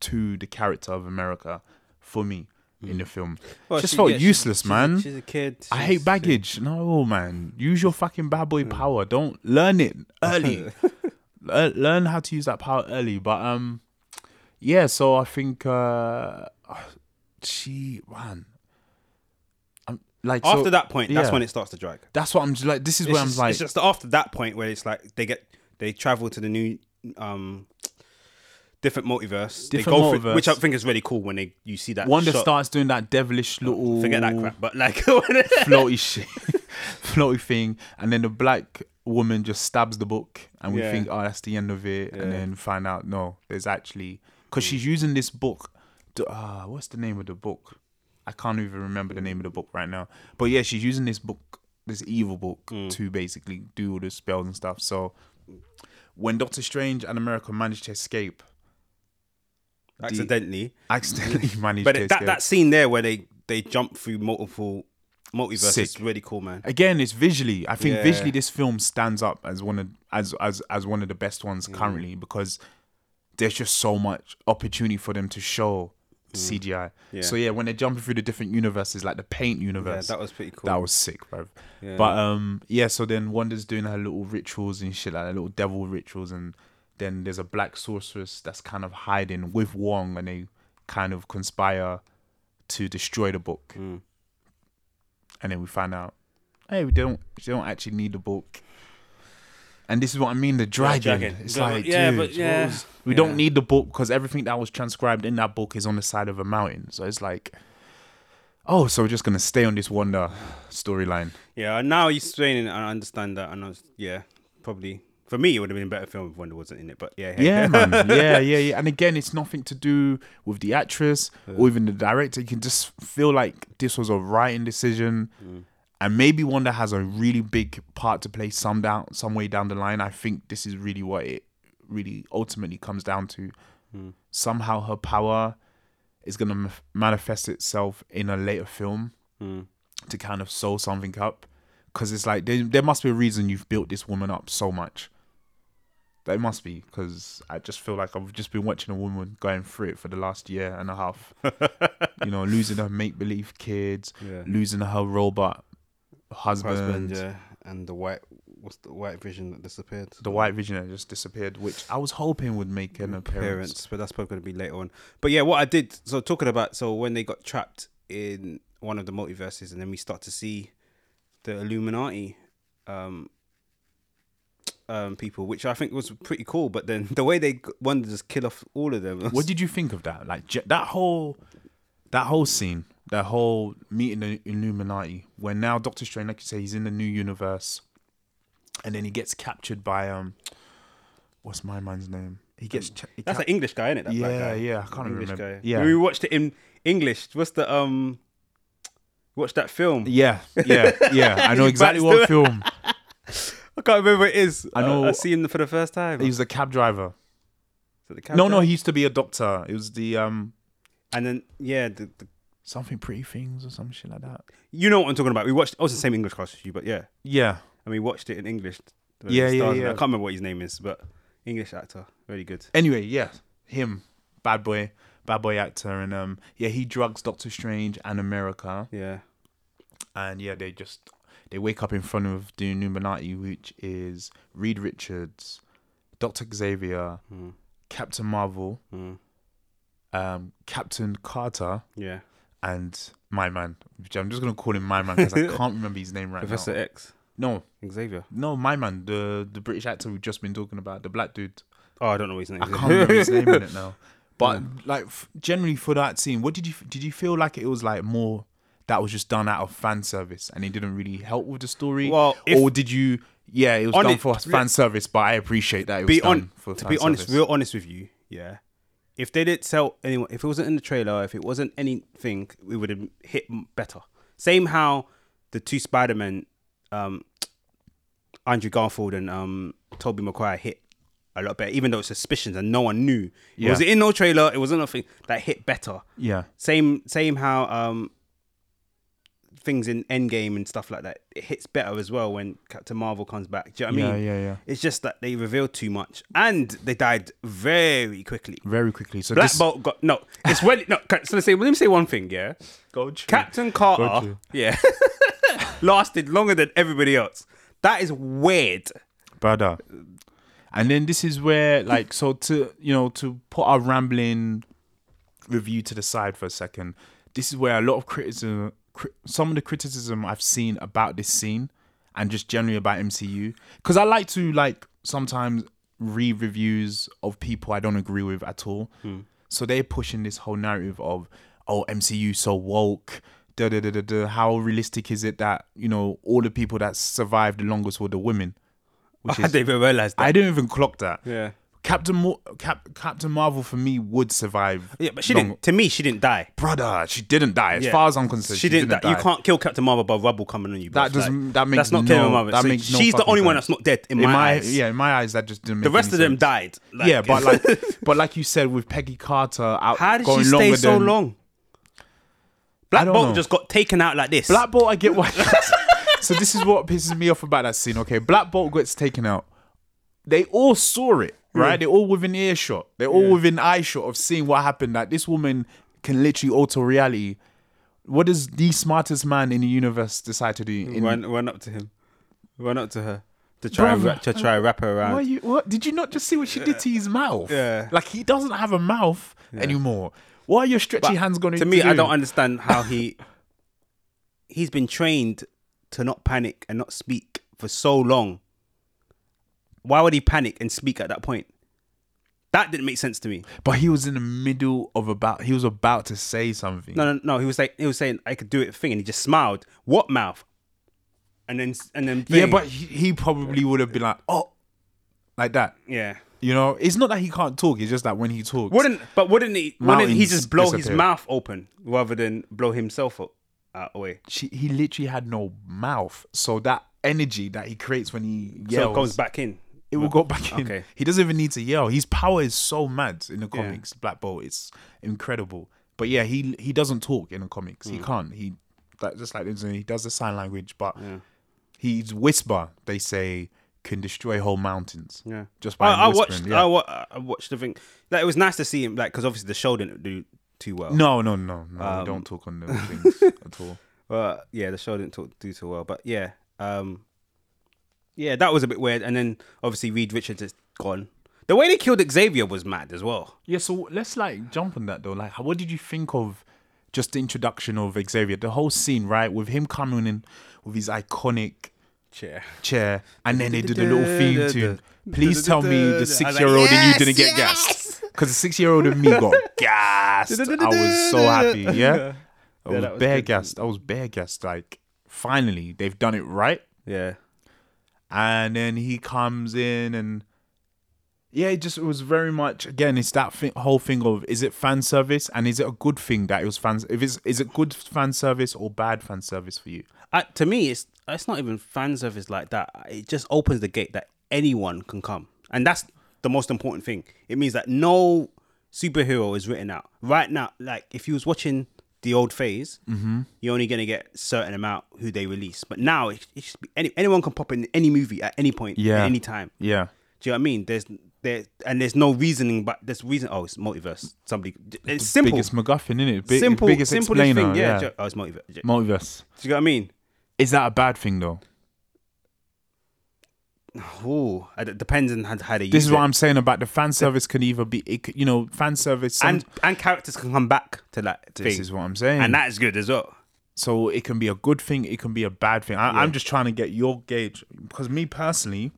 A: to the character of America for me in the
B: Mm.
A: film. just felt useless, man.
B: She's a kid.
A: I hate baggage. No, man. Use your fucking bad boy power. Don't learn it early. Le- learn how to use that power early. But um, yeah. So I think uh, she man. I'm like
B: After
A: so-
B: that point, that's
A: yeah.
B: when it starts to drag.
A: That's what I'm just like. This is
B: It's
A: where
B: just,
A: I'm like.
B: it's just after that point where it's like they get they travel to the new um different multiverse. they
A: Different
B: go through-
A: multiverse.
B: which I think is really cool when they you see that.
A: Wanda
B: shot. Oh,
A: starts doing that devilish little
B: Forget that crap, but like when-
A: floaty shit, floaty thing, and then the black woman just stabs the book, and we
B: Yeah.
A: think, oh, that's the end of it,
B: Yeah. Mm.
A: and then find out no, there's actually because she's using this book. To, uh, what's the name of the book? I can't even remember the name of the book right now. But yeah, she's using this book, this evil book,
B: Mm.
A: to basically do all the spells and stuff. So when Doctor Strange and America managed to escape,
B: accidentally.
A: accidentally managed
B: But
A: to
B: it,
A: escape.
B: that that scene there where they they jump through multiple multiverses
A: Sick.
B: is really cool, man.
A: again it's visually i think
B: Yeah.
A: visually this film stands up as one of as as as one of the best ones
B: Mm.
A: currently because there's just so much opportunity for them to show cgi
B: Mm. Yeah.
A: so yeah when they're jumping through the different universes like the paint
B: Yeah,
A: universe
B: that was pretty cool.
A: that was sick, bro.
B: Yeah.
A: But um, yeah. So then Wanda's doing her little rituals and shit, like her little devil rituals, and then there's a black sorceress that's kind of hiding with Wong, and they kind of conspire to destroy the book.
B: Hmm.
A: And then we find out, hey, we don't, we don't actually need the book. And this is what I mean, the dragon.
B: dragon.
A: It's
B: The-
A: like,
B: yeah,
A: dude,
B: but
A: what
B: yeah.
A: was- we
B: Yeah.
A: don't need the book because everything that was transcribed in that book is on the side of a mountain. So it's like, oh, so we're just gonna stay on this Wanda storyline.
B: yeah, and now you're explaining it, and I understand that and I was yeah, probably for me it would have been a better film if Wonder wasn't in it, but yeah, hey.
A: Yeah, man. Yeah, yeah, yeah. And again, it's nothing to do with the actress or even the director. You can just feel like this was a writing decision. And maybe Wanda has a really big part to play some down some way down the line. I think this is really what it really ultimately comes down to. Somehow her power is gonna ma- manifest itself in a later film to kind of sew something up. Cause it's like there, there must be a reason you've built this woman up so much. It must be because I just feel like I've just been watching a woman going through it for the last year and a half. you know, losing her make believe kids,
B: Yeah.
A: losing her robot husband,
B: husband, yeah, and the white what's the white vision that disappeared?
A: the white vision that just disappeared, which I was hoping would make an appearance.
B: parents, but that's probably going to be later on. But yeah, what I did, so talking about, so when they got trapped in one of the multiverses, and then we start to see the Illuminati, um, um, people, which I think was pretty cool. But then the way they wanted to just kill off all of them,
A: What did you think of that? Like Je- that whole, that whole scene, that whole meeting the Illuminati. Where now Doctor Strange, like you say, he's in the new universe, and then he gets captured by um, what's my man's name? He gets cha- he
B: that's
A: cap-
B: an English guy, isn't it? That black
A: yeah,
B: guy.
A: yeah. I can't
B: English
A: remember.
B: guy.
A: Yeah,
B: we watched it in English. What's the um? Watch that film.
A: yeah, yeah, yeah. I know exactly
B: Baxter.
A: what film.
B: I can't remember what it is.
A: I know-
B: I, I see him for the first time.
A: He was a cab driver.
B: Is it the
A: No,
B: character?
A: no, he used to be a doctor. It was the um
B: And then yeah, the, the,
A: something pretty things or some shit like that.
B: you know what I'm talking about. We watched. I was in the same English class as you, but yeah,
A: Yeah,
B: and we watched it in English. The
A: Yeah, yeah,
B: stars
A: yeah.
B: and- I can't remember what his name is, but English actor, really good.
A: anyway, yeah, him, bad boy, bad boy actor, and um, yeah, he drugs Doctor Strange and America,
B: Yeah,
A: and yeah, they just they wake up in front of the Illuminati, which is Reed Richards, Doctor Xavier,
B: Mm.
A: Captain Marvel,
B: Mm.
A: um, Captain Carter,
B: yeah.
A: and my man. Which I'm just gonna call him my man because I can't remember his name right
B: Professor
A: now.
B: X,
A: No,
B: Xavier.
A: no, my man, the the British actor we've just been talking about, the black dude.
B: Oh, I don't know his name.
A: I can't remember his name in it now. But like f- generally for that scene, what did you did you feel like it was like more that was just done out of fan service and it didn't really help with the story?
B: Well, if-
A: or did you? Yeah, it was
B: On
A: done
B: it-
A: for fan service, but I appreciate that it was
B: be
A: done
B: on
A: for
B: to
A: fan
B: be honest,
A: service.
B: real honest with you, yeah. If they didn't sell anyone, if it wasn't in the trailer, if it wasn't anything, we would have hit m- better. Same how the two Spider Men, um, Andrew Garfield and um, Tobey Maguire hit a lot better, even though it's suspicions and no one knew. It
A: Yeah.
B: was in no trailer. It was nothing that hit better.
A: yeah,
B: Same same how um, things in Endgame and stuff like that it hits better as well when Captain Marvel comes back. Do you know what I
A: yeah,
B: mean?
A: yeah, yeah.
B: It's just that they revealed too much, and they died very quickly.
A: Very quickly. So
B: Black
A: this,
B: Bolt got no. It's well. No, ca- so let's say. Let me say one thing. Yeah, Captain Carter.
A: Gotcha.
B: Yeah, lasted longer than everybody else. That is weird.
A: brother. And then this is where, like, so to you know, to put our rambling review to the side for a second, this is where a lot of criticism, cri- some of the criticism I've seen about this scene, and just generally about MCU, because I like to like sometimes read reviews of people I don't agree with at all. So they're pushing this whole narrative of, oh, MCU so woke. Da, da, da, da, da. How realistic is it that you know all the people that survived the longest were the women? Which
B: I
A: is
B: didn't even realize that.
A: I didn't even clock that.
B: yeah,
A: Captain Mo- Cap- Captain Marvel for me would survive.
B: yeah, but she
A: long-
B: didn't. To me, she didn't die.
A: Brother, she didn't die. As
B: Yeah.
A: far as I'm concerned,
B: She, didn't. die.
A: die.
B: You can't kill Captain Marvel by rubble coming on you.
A: That
B: bruv.
A: doesn't-
B: Like,
A: that makes
B: that's not
A: no-
B: killing Marvel.
A: that
B: So
A: makes no
B: she's the
A: fucking
B: only one
A: sense.
B: that's not dead in,
A: In
B: my,
A: my
B: eyes.
A: yeah, in my eyes, that just didn't. Make
B: the rest
A: any
B: of them
A: sense.
B: died. Like-
A: yeah, but like, but like you said with Peggy Carter out
B: How did
A: going
B: she stay
A: longer
B: so
A: than,
B: long? Black
A: don't
B: Bolt
A: know.
B: just got taken out like this.
A: Black Bolt, I get why. so this is what pisses me off about that scene. Okay, Black Bolt gets taken out. They all saw it, right? They're all within earshot. They're all within eyeshot of seeing what happened. That this woman can literally alter reality. What does the smartest man in the universe decide to do? In,
B: run, run up to him, run up to her to try and
A: Brother.
B: ra- to try and wrap her around.
A: Why you, what did you not just see what she did to his mouth?
B: Yeah.
A: like he doesn't have a mouth anymore. Why are your stretchy hands going
B: to me, I don't understand how he he's been trained to not panic and not speak for so long. Why would he panic and speak at that point? That didn't make sense to me.
A: But he was in the middle of about. He was about to say something.
B: No, no, no. He was like he was saying I could do it thing, and he just smiled. What mouth? And then and then
A: Yeah,
B: thing.
A: but he, he probably would have been like, oh, like that.
B: yeah.
A: You know, it's not that he can't talk. It's just that when he talks,
B: Wouldn't but wouldn't he? Wouldn't he
A: Mountains
B: just blow his
A: disappear.
B: mouth open rather than blow himself up, uh, away?
A: she, he literally had no mouth. So that energy that he creates when he
B: So
A: yells,
B: it comes back in.
A: it will go back in.
B: Okay.
A: He doesn't even need to yell. His power is so mad in the comics. Black Bolt, it's incredible. But yeah, he he doesn't talk in the comics.
B: Hmm.
A: He can't. He that just like he does the sign language, but he's whisper. They say can destroy whole mountains.
B: Yeah.
A: just by
B: I, I
A: him whispering.
B: watched.
A: yeah.
B: I, wa- I watched the thing. Like it was nice to see him. Like because obviously the show didn't do too well.
A: No, no, no, no. we don't talk on those things at all.
B: But yeah, the show didn't talk, do too well. But yeah, um, yeah, that was a bit weird. And then obviously Reed Richards is gone. The way they killed Xavier was mad as well.
A: Yeah, so let's like jump on that though. Like, how- what did you think of just the introduction of Xavier, the whole scene, right, with him coming in with his iconic
B: Chair.
A: chair, and then they did the little theme tune. Please tell me the six year old and you didn't get gassed. Because the six year old and me got gassed. I was so happy. Yeah. I
B: that
A: was
B: was
A: bare
B: good.
A: gassed. I was bare gassed. Like, finally, they've done it right.
B: Yeah.
A: And then he comes in and. Yeah, it just it was very much again. It's that thi- whole thing of is it fan service and is it a good thing that it was fans? If it's is it good fan service or bad fan service for you?
B: I, to me, it's it's not even fan service like that. It just opens the gate that anyone can come, and that's the most important thing. It means that no superhero is written out right now. Like if you was watching the old phase, mm-hmm. you're only gonna get certain amount who they release. But now it, it should be any, anyone can pop in any movie at any point,
A: Yeah.
B: at any time.
A: Yeah,
B: Do you know what I mean? There's there and there's no reasoning, but there's reason. Oh, it's multiverse. Somebody, it's simple,
A: biggest MacGuffin in it. Big,
B: simple,
A: biggest
B: simplest
A: explainer.
B: thing. Yeah,
A: yeah.
B: do you- oh, it's multiverse. Do you
A: Multiverse.
B: know what I mean?
A: Is that a bad thing though?
B: Ooh, it depends on how, how they
A: This
B: use
A: is what
B: it.
A: I'm saying about the fan service can either be, it, could- you know, fan service. some-
B: and and characters can come back to that
A: this
B: thing,
A: is what I'm saying.
B: and that is good as well.
A: so it can be a good thing, it can be a bad thing. I, I'm just trying to get your gauge because me personally,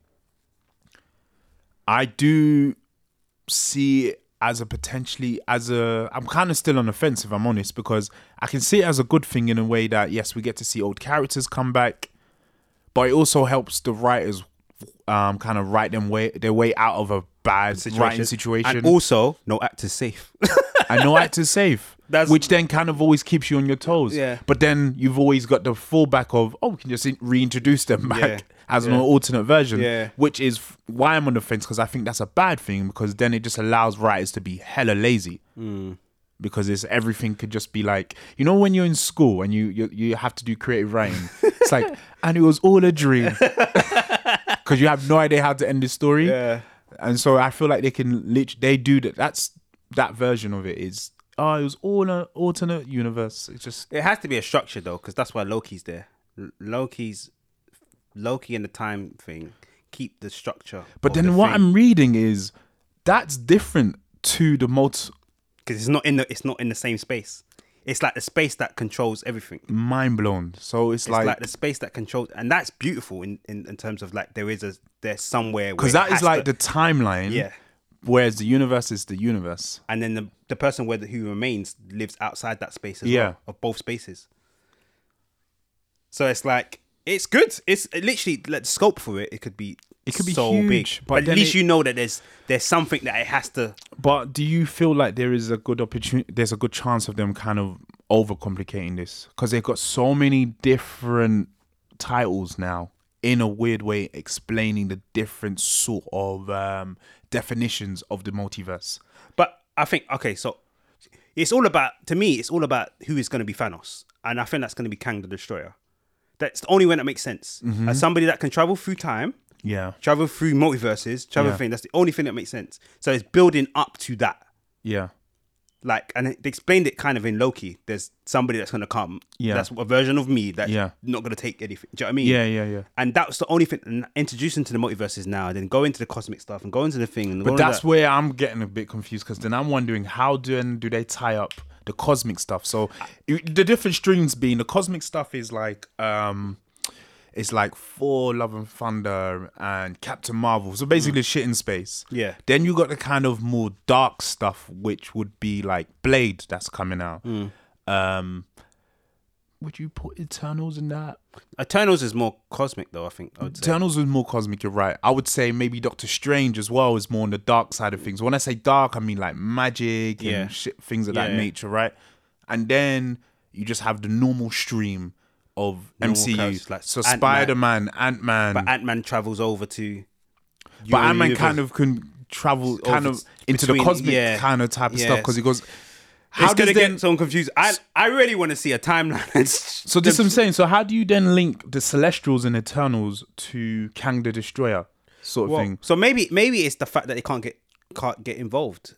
A: I do see it as a potentially as a. I'm kind of still on the fence if I'm honest because I can see it as a good thing in a way that yes, we get to see old characters come back, but it also helps the writers um kind of write them way their way out of a bad writing situation
B: and also no actors safe.
A: and no actors safe.
B: That's-
A: which then kind of always keeps you on your toes.
B: Yeah.
A: But then you've always got the fallback of oh, we can just reintroduce them back
B: Yeah.
A: as an alternate version.
B: Yeah.
A: Which is f- why I'm on the fence because I think that's a bad thing because then it just allows writers to be hella lazy.
B: Hmm.
A: Because it's everything could just be like you know when you're in school and you you, you have to do creative writing. it's like and it was all a dream because you have no idea how to end the story.
B: Yeah.
A: And so I feel like they can lit they do that. That's that version of it is oh it was all an alternate universe. It's just
B: it has to be a structure though, because that's why Loki's there. L- Loki's Loki and the time thing keep the structure.
A: but then what I'm reading is that's different to the multi
B: because it's not in the it's not in the same space. It's like the space that controls everything.
A: mind blown. So it's,
B: It's like,
A: like
B: the space that controls, and that's beautiful in, in, in terms of like there is a there's somewhere
A: because
B: because
A: that is like the timeline.
B: Yeah.
A: Whereas the universe is the universe.
B: and then the, the person where who remains lives outside that space as
A: Yeah.
B: well, of both spaces. So it's like it's good. It's literally like, the scope for it. It could be it
A: could be
B: so
A: huge,
B: big,
A: but
B: but at
A: then
B: least
A: it-
B: you know that there's there's something that it has to.
A: But do you feel like there is a good opportunity? There's a good chance of them kind of overcomplicating this because they've got so many different titles now. In a weird way, explaining the different sort of um, definitions of the multiverse.
B: But I think okay, so it's all about to me. It's all about who is going to be Thanos, and I think that's going to be Kang the Destroyer. That's the only one that makes sense.
A: Mm-hmm.
B: As somebody that can travel through time,
A: Yeah,
B: travel through multiverses, travel
A: Yeah.
B: thing. That's the only thing that makes sense. So it's building up to that.
A: yeah,
B: like and they explained it kind of in Loki. There's somebody that's gonna come.
A: Yeah.
B: That's a version of me that's
A: Yeah.
B: not gonna take anything. Do you know what I mean?
A: yeah, yeah, yeah.
B: And that was the only thing and introducing to the multiverses now, and then go into the cosmic stuff and go into the thing and
A: But that's where I'm getting a bit confused because then I'm wondering how do do they tie up the cosmic stuff? So you- the different streams being the cosmic stuff is like um it's like Thor, Love and Thunder, and Captain Marvel. So basically, shit in space.
B: Yeah.
A: Then you got the kind of more dark stuff, which would be like Blade that's coming out. Um, would you put Eternals in that?
B: Eternals is more cosmic though, I think. I would say.
A: Eternals was more cosmic, you're right. I would say maybe Doctor Strange as well is more on the dark side of things. When I say dark, I mean like magic
B: Yeah.
A: and shit, things of that
B: Yeah, yeah.
A: nature, right? And then you just have the normal stream of
B: Normal
A: MCU.
B: characters, like
A: so
B: Ant-Man.
A: Spider Man, Ant Man. But,
B: Ant Man travels over to
A: Ant Man Mm. kind of can travel kind of
B: it's
A: into the
B: between-
A: cosmic
B: yeah.
A: kind of type of stuff
B: Yes.
A: because he goes, How
B: It's
A: does
B: gonna
A: then,
B: get someone confused. I I really want to see a timeline. so
A: So this is what I'm saying. So how do you then link the Celestials and Eternals to Kang the Destroyer sort of thing?
B: so maybe maybe it's the fact that they can't get can't get involved,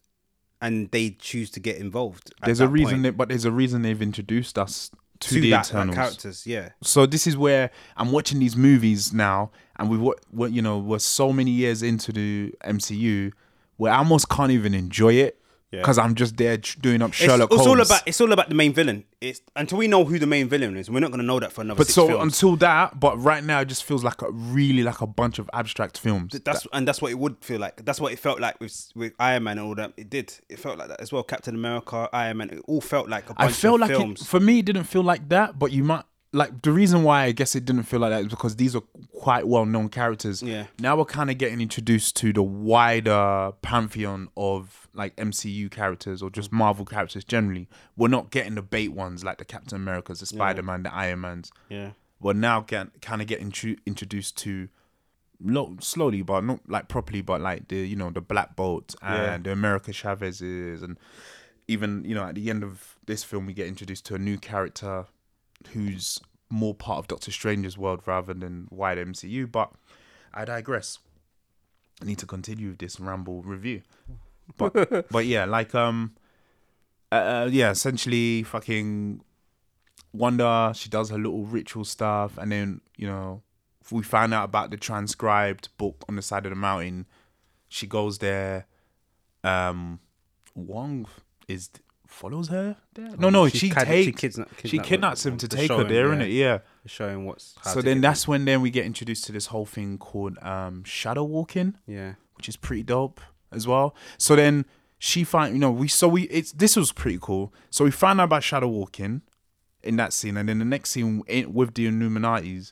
B: and they choose to get involved. at
A: There's a
B: that
A: reason,
B: point.
A: that, but there's a reason they've introduced us to,
B: to
A: the
B: that, that
A: Eternals.
B: characters. Yeah,
A: so this is where I'm watching these movies now, and we what you know we're so many years into the MCU, where I almost can't even enjoy it because I'm just there ch- doing up
B: It's,
A: Sherlock
B: it's
A: Holmes.
B: all about it's all about the main villain. It's until we know who the main villain is, we're not gonna know that for another
A: but
B: six
A: so
B: films.
A: until that, but right now it just feels like a really like a bunch of abstract films.
B: that's and that's what it would feel like. That's what it felt like with with Iron Man and all that. It did. It felt like that as well. Captain America, Iron Man. It all felt like a bunch
A: I feel
B: of
A: like it,
B: films.
A: for me it didn't feel like that, but you might like the reason why I guess it didn't feel like that is because these are quite well known characters.
B: Yeah.
A: Now we're kind of getting introduced to the wider pantheon of like MCU characters or
B: Mm.
A: just Marvel characters generally. We're not getting the bait ones like the Captain Americas, the Spider Man, the Iron Mans.
B: yeah.
A: We're now get, kind of getting tru- introduced to lo- slowly, but not like properly, but like the you know the Black Bolt and
B: Yeah.
A: the America Chavezes, and even you know at the end of this film we get introduced to a new character who's more part of Doctor Strange's world rather than wide MCU. But I digress. I need to continue with this ramble review, but but yeah, like um, uh, yeah, essentially fucking Wanda, she does her little ritual stuff, and then you know we find out about the transcribed book on the side of the mountain. She goes there. Um, Wong is follows her there. No, no,
B: She's
A: she
B: kid- Oh, she
A: takes
B: kidna-
A: she
B: kidnapped
A: kidnaps
B: him
A: him to
B: to
A: take
B: show
A: her
B: him,
A: there,
B: yeah.
A: innit? Yeah.
B: Showing what's how
A: So
B: to
A: then
B: get-
A: that's when then we get introduced to this whole thing called um, shadow walking
B: yeah.
A: which is pretty dope as well. So then she find you know we so we it's this was pretty cool. So we find out about shadow walking in that scene, and then the next scene in, with the Illuminati's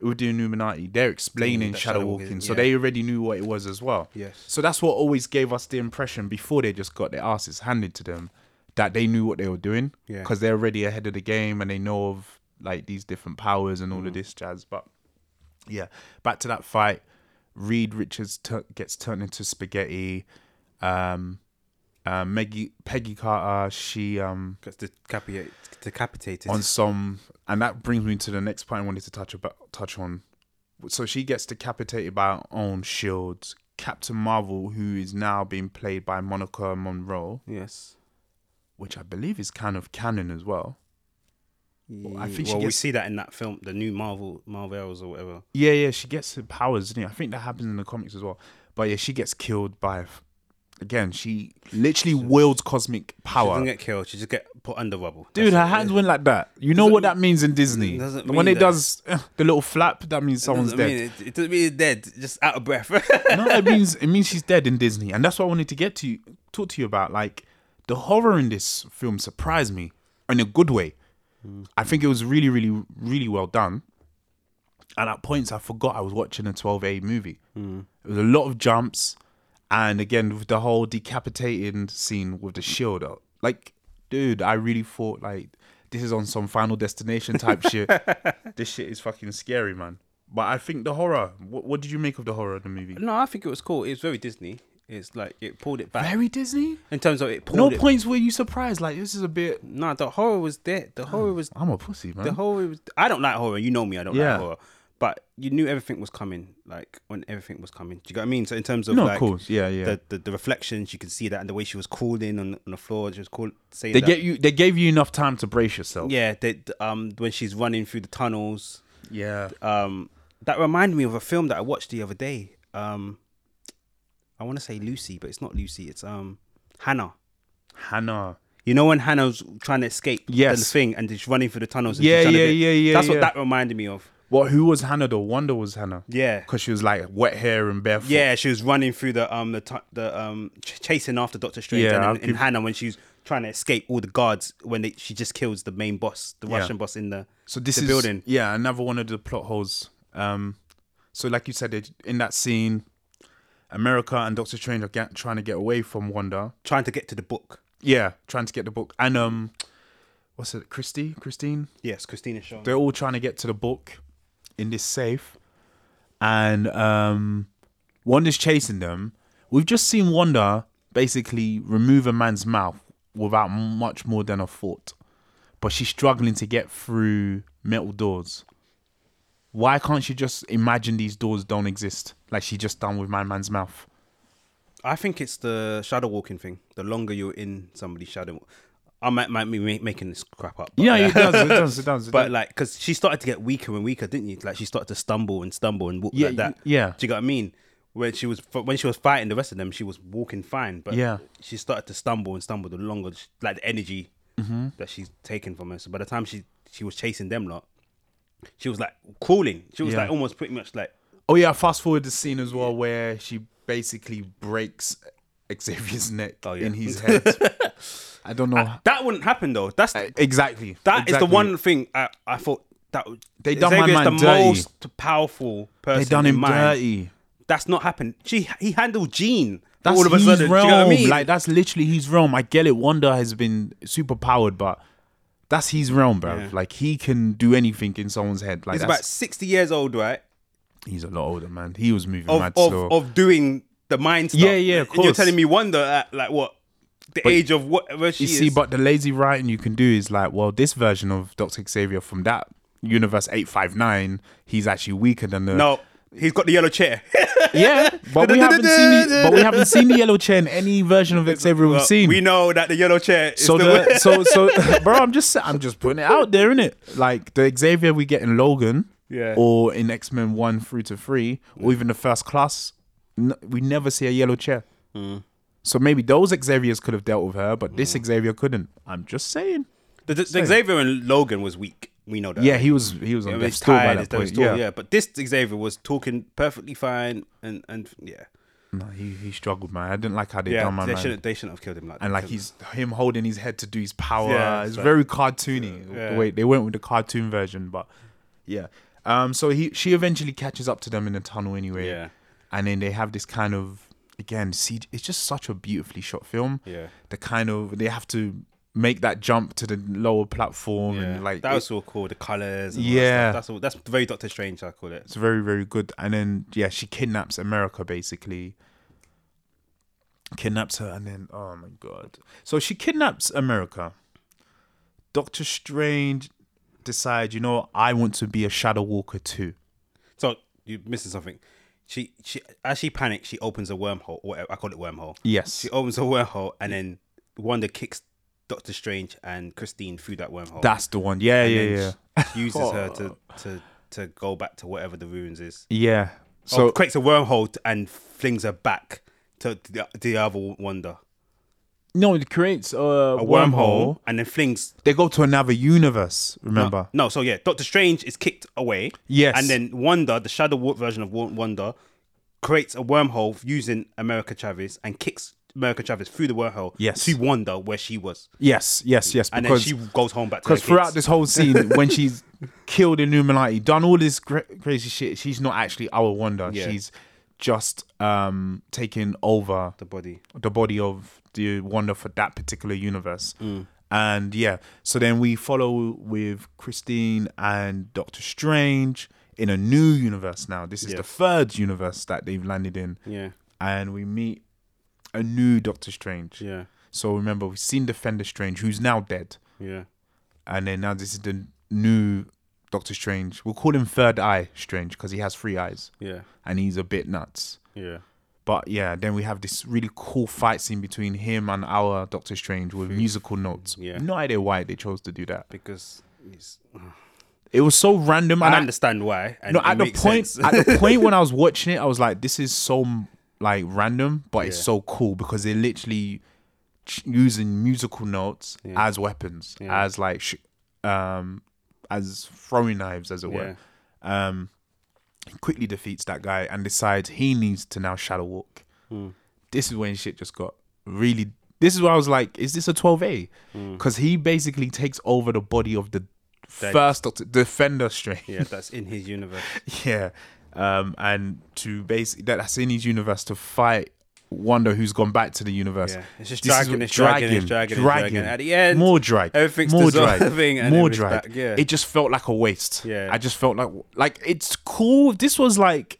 A: with the Illuminati, they're explaining
B: Mm, that
A: shadow
B: shadow walking,
A: walking, so
B: yeah.
A: they already knew what it was as well.
B: Yes.
A: So that's what always gave us the impression before they just got their asses handed to them that they knew what they were doing
B: Yeah.
A: because they're already ahead of the game and they know of like these different powers and all of this jazz. But yeah, back to that fight. Reed Richards tur gets turned into spaghetti. Um, uh, Meggie Peggy Carter, she um
B: Gets decapitated. decapitated.
A: on some, and that brings me to the next point I wanted to touch about touch on. So she gets decapitated by her own shield. Captain Marvel, who is now being played by Monica Monroe,
B: yes.
A: which I believe is kind of canon as well. I think she
B: well, we
A: gets-
B: see that in that film, the new Marvel, Marvels or whatever.
A: Yeah, yeah, she gets her powers, doesn't it? I think that happens in the comics as well. But yeah, she gets killed by. Again, she literally wields cosmic
B: She doesn't
A: power.
B: get killed. She just get put under rubble.
A: Dude,
B: That's
A: her
B: it.
A: hands went like that. You know what that means in Disney.
B: doesn't
A: When
B: mean
A: it
B: that.
A: does eh, the little flap, that means someone's
B: Doesn't
A: dead.
B: mean it, it doesn't mean it's dead. Just out of breath.
A: no, it means it means she's dead in Disney, and that's what I wanted to get to you- talk to you about. Like the horror in this film surprised me in a good way. I think it was really, really, really well done. And at points, I forgot I was watching a 12A movie. It was a lot of jumps, and again with the whole decapitating scene with the shield. uh, Like, dude, I really thought like this is on some Final Destination type shit. This shit is fucking scary, man. But I think the horror. What, what did you make of the horror of the movie?
B: no, I think it was cool. It was very Disney. It's like it pulled it back
A: Very Disney.
B: in terms of it pulled
A: No
B: it.
A: points were you surprised. Like this is a bit.
B: No, the horror was there. The horror was
A: I'm a pussy, man.
B: the horror was. I don't like horror. You know me. I don't
A: Yeah.
B: like horror. But you knew everything was coming. Like when everything was coming. Do you know what I mean? So in terms of
A: no,
B: like
A: of course, yeah, yeah.
B: the, the the reflections, you could see that, and the way she was crawling on on the floor, she was call, saying
A: they
B: that.
A: get you. They gave you enough time to brace yourself.
B: yeah, they, um, when she's running through the tunnels,
A: Yeah.
B: um, that reminded me of a film that I watched the other day. Um, I want to say Lucy, but it's not Lucy. It's um Hannah.
A: Hannah.
B: You know when Hannah's trying to escape the
A: Yes.
B: thing and she's running through the tunnels. And
A: Yeah,
B: she's trying to
A: yeah,
B: get-
A: yeah, yeah,
B: That's
A: yeah.
B: what that reminded me of.
A: Well, who was Hannah? though? Wonder was Hannah.
B: Yeah,
A: Because she was like wet hair and barefoot.
B: yeah. She was running through the um the tu- the um ch- chasing after Doctor Strange
A: Yeah, I'll
B: and, and
A: keep-
B: Hannah when she's trying to escape all the guards when they, she just kills the main boss, the
A: Yeah.
B: Russian boss in the
A: So this
B: the
A: is
B: building.
A: Yeah, another one of the plot holes. Um, so like you said, it- in that scene, America and Doctor Strange are get, trying to get away from Wanda.
B: trying to get to the book.
A: Yeah, trying to get the book. And um, what's it? Christy, Christine.
B: Yes, Christina Shaw.
A: they're all trying to get to the book in this safe, and um, Wanda's chasing them. We've just seen Wanda basically remove a man's mouth without much more than a thought, but she's struggling to get through metal doors. Why can't she just imagine these doors don't exist, like she just done with my man's mouth?
B: I think it's the shadow walking thing. The longer you're in somebody's shadow, I might might be ma- making this crap up. but-
A: Yeah, it does, it does, it does. It
B: But
A: does.
B: like, because she started to get weaker and weaker, didn't you? Like she started to stumble and stumble and walk
A: Yeah,
B: like that.
A: y- yeah.
B: Do you know what I mean? when she was when she was fighting the rest of them, she was walking fine, but
A: Yeah.
B: she started to stumble and stumble the longer, sh- like the energy
A: Mm-hmm.
B: that she's taken from her. So by the time she she was chasing them lot, she was like crawling. She was
A: Yeah.
B: like almost pretty much like
A: Oh yeah, fast forward the scene as well where she basically breaks Xavier's neck
B: Oh, yeah.
A: in his head. I don't know.
B: that wouldn't happen though. That's that is
A: exactly.
B: the
A: exactly.
B: one thing I I thought that would-
A: They done my
B: Xavier's
A: man
B: the
A: dirty.
B: most powerful person.
A: they done
B: in
A: him
B: mine.
A: dirty.
B: That's not happened. She he handled Jean.
A: That's
B: all of a
A: his
B: sudden.
A: realm.
B: Do you know what I mean?
A: Like that's literally his realm. I get it. Wanda has been super powered, but that's his realm, bro. Like he can do anything in someone's head. Like
B: he's
A: that's,
B: about sixty years old, right?
A: he's a lot older, man. He was moving
B: Of
A: mad
B: of,
A: slow.
B: of doing the mind stuff.
A: Yeah, yeah, of
B: And You're
A: course.
B: telling me Wonder at like what the age of whatever she
A: you see,
B: is.
A: but the lazy writing you can do is like, well, this version of Doctor Xavier from that universe eight five nine, he's actually weaker than the
B: no, he's got the yellow chair.
A: yeah. But we haven't seen the, but we haven't seen the yellow chain any version of Xavier we've
B: But
A: seen.
B: We know that the yellow chair. Is
A: So
B: the,
A: the so so bro, I'm just I'm just putting it out there, innit? Like the Xavier we get in Logan,
B: Yeah.
A: or in X Men one through to three, or even the first class, n- we never see a yellow chair.
B: Hmm.
A: So maybe those Xaviers could have dealt with her, but this Xavier couldn't. I'm just saying.
B: the, the, the Xavier and Logan was weak. We know that.
A: Yeah, he was he was on
B: It
A: death's
B: was
A: door by
B: tired.
A: that
B: it was
A: point.
B: tall,
A: Yeah,
B: yeah, but this Xavier was talking perfectly fine, and and yeah,
A: No, he he struggled, man. I didn't like how they
B: yeah.
A: done my
B: they
A: man.
B: shouldn't they shouldn't have killed him like that.
A: and like he's him holding his head to do his power.
B: Yeah,
A: it's
B: it's like-
A: very cartoony.
B: Yeah.
A: The way they went with the cartoon version, but yeah. Um, so he she eventually catches up to them in the tunnel anyway.
B: Yeah.
A: And then they have this kind of again, see, it's just such a beautifully shot film.
B: Yeah.
A: The kind of they have to make that jump to the lower platform
B: Yeah,
A: and like
B: that
A: it-
B: was so cool. The colors. And
A: Yeah.
B: all that stuff. that's all, that's very Doctor Strange. I call it.
A: it's very very good. And then yeah, she kidnaps America basically. Kidnaps her and then oh my god. So she kidnaps America. Doctor Strange decides, you know, what? I want to be a Shadow Walker too.
B: So you're missing something. She she as she panics, she opens a wormhole. Or whatever, I call it wormhole.
A: Yes.
B: She opens a wormhole, and then Wanda kicks Doctor Strange and Christine through that wormhole.
A: That's the one. Yeah,
B: and
A: yeah,
B: then
A: yeah.
B: She uses her to to to go back to whatever the ruins is.
A: Yeah. So
B: So Oh, creates a wormhole t- and flings her back to the, the other Wanda.
A: no, it creates a, wormhole.
B: A wormhole, and then flings
A: They go to another universe, remember?
B: No, so yeah, Doctor Strange is kicked away.
A: Yes.
B: And then Wanda, the Shadow War version of Wa- Wanda, creates a wormhole using America Chavez and kicks America Chavez through the wormhole
A: Yes.
B: to Wanda where she was.
A: Yes, yes, yes.
B: And
A: because
B: then she goes home back to her
A: Because throughout
B: kids.
A: this whole scene, when she's killed Illuminati, done all this gra- crazy shit, she's not actually our Wanda.
B: Yeah.
A: She's just um, taking over
B: the body.
A: the body of the Wanda for that particular universe.
B: Mm.
A: And yeah, so then we follow with Christine and Doctor Strange in a new universe now. This is the third universe that they've landed in.
B: Yeah.
A: And we meet a new Doctor Strange.
B: Yeah.
A: So remember, we've seen Defender Strange, who's now dead
B: Yeah.
A: and then now this is the new Doctor Strange. We'll call him Third Eye Strange because he has three eyes
B: Yeah.
A: and he's a bit nuts.
B: Yeah.
A: But yeah, then we have this really cool fight scene between him and our Doctor Strange with musical notes.
B: Hmm. Yeah.
A: No idea why they chose to do that.
B: Because it's,
A: It was so random.
B: I
A: And I,
B: understand why. And
A: no,
B: it
A: at the
B: makes
A: point,
B: sense.
A: at the point when I was watching it, I was like, this is so like random, but it's so cool because they're literally ch- using musical notes as weapons, as like, sh- um, as throwing knives, as it were. Um, he quickly defeats that guy and decides he needs to now shadow walk.
B: Hmm.
A: This is when shit just got really. This is where I was like, is this a 12A?
B: Hmm.
A: Because he basically takes over the body of the first Doctor, Defender Strange.
B: yeah, that's in his universe.
A: Yeah. Um, and to basically that, that's in his universe to fight Wanda, who's gone back to the universe.
B: Yeah. It's just
A: This is
B: dragging,
A: what-
B: it's dragging, it's dragging, it's dragging. At the end,
A: more drag,
B: everything's
A: more
B: dissolving
A: drag,
B: and
A: more
B: then it's
A: drag.
B: back, yeah.
A: It just felt like a waste.
B: Yeah.
A: I just felt like like it's cool. This was like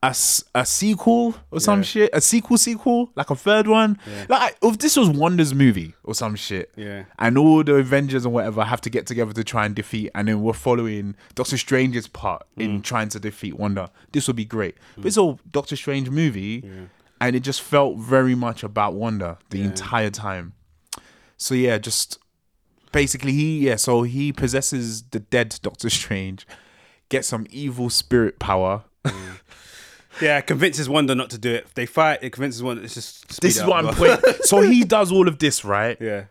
A: a, s- a sequel or some
B: Yeah.
A: shit, a sequel sequel, like a third one. Like if this was Wanda's movie or some shit,
B: Yeah.
A: and all the Avengers and whatever have to get together to try and defeat, and then we're following Doctor Strange's part
B: Mm.
A: in trying to defeat Wanda. This would be great. But it's a Doctor Strange movie, and it just felt very much about Wanda the entire time. So yeah, just basically he yeah, so he possesses the dead Doctor Strange, gets some evil spirit power.
B: yeah, convinces Wanda not to do it. They fight. It convinces Wanda. It's just speed
A: This
B: it
A: is
B: up,
A: what I'm
B: bro.
A: putting. So he does all of this, right?
B: yeah,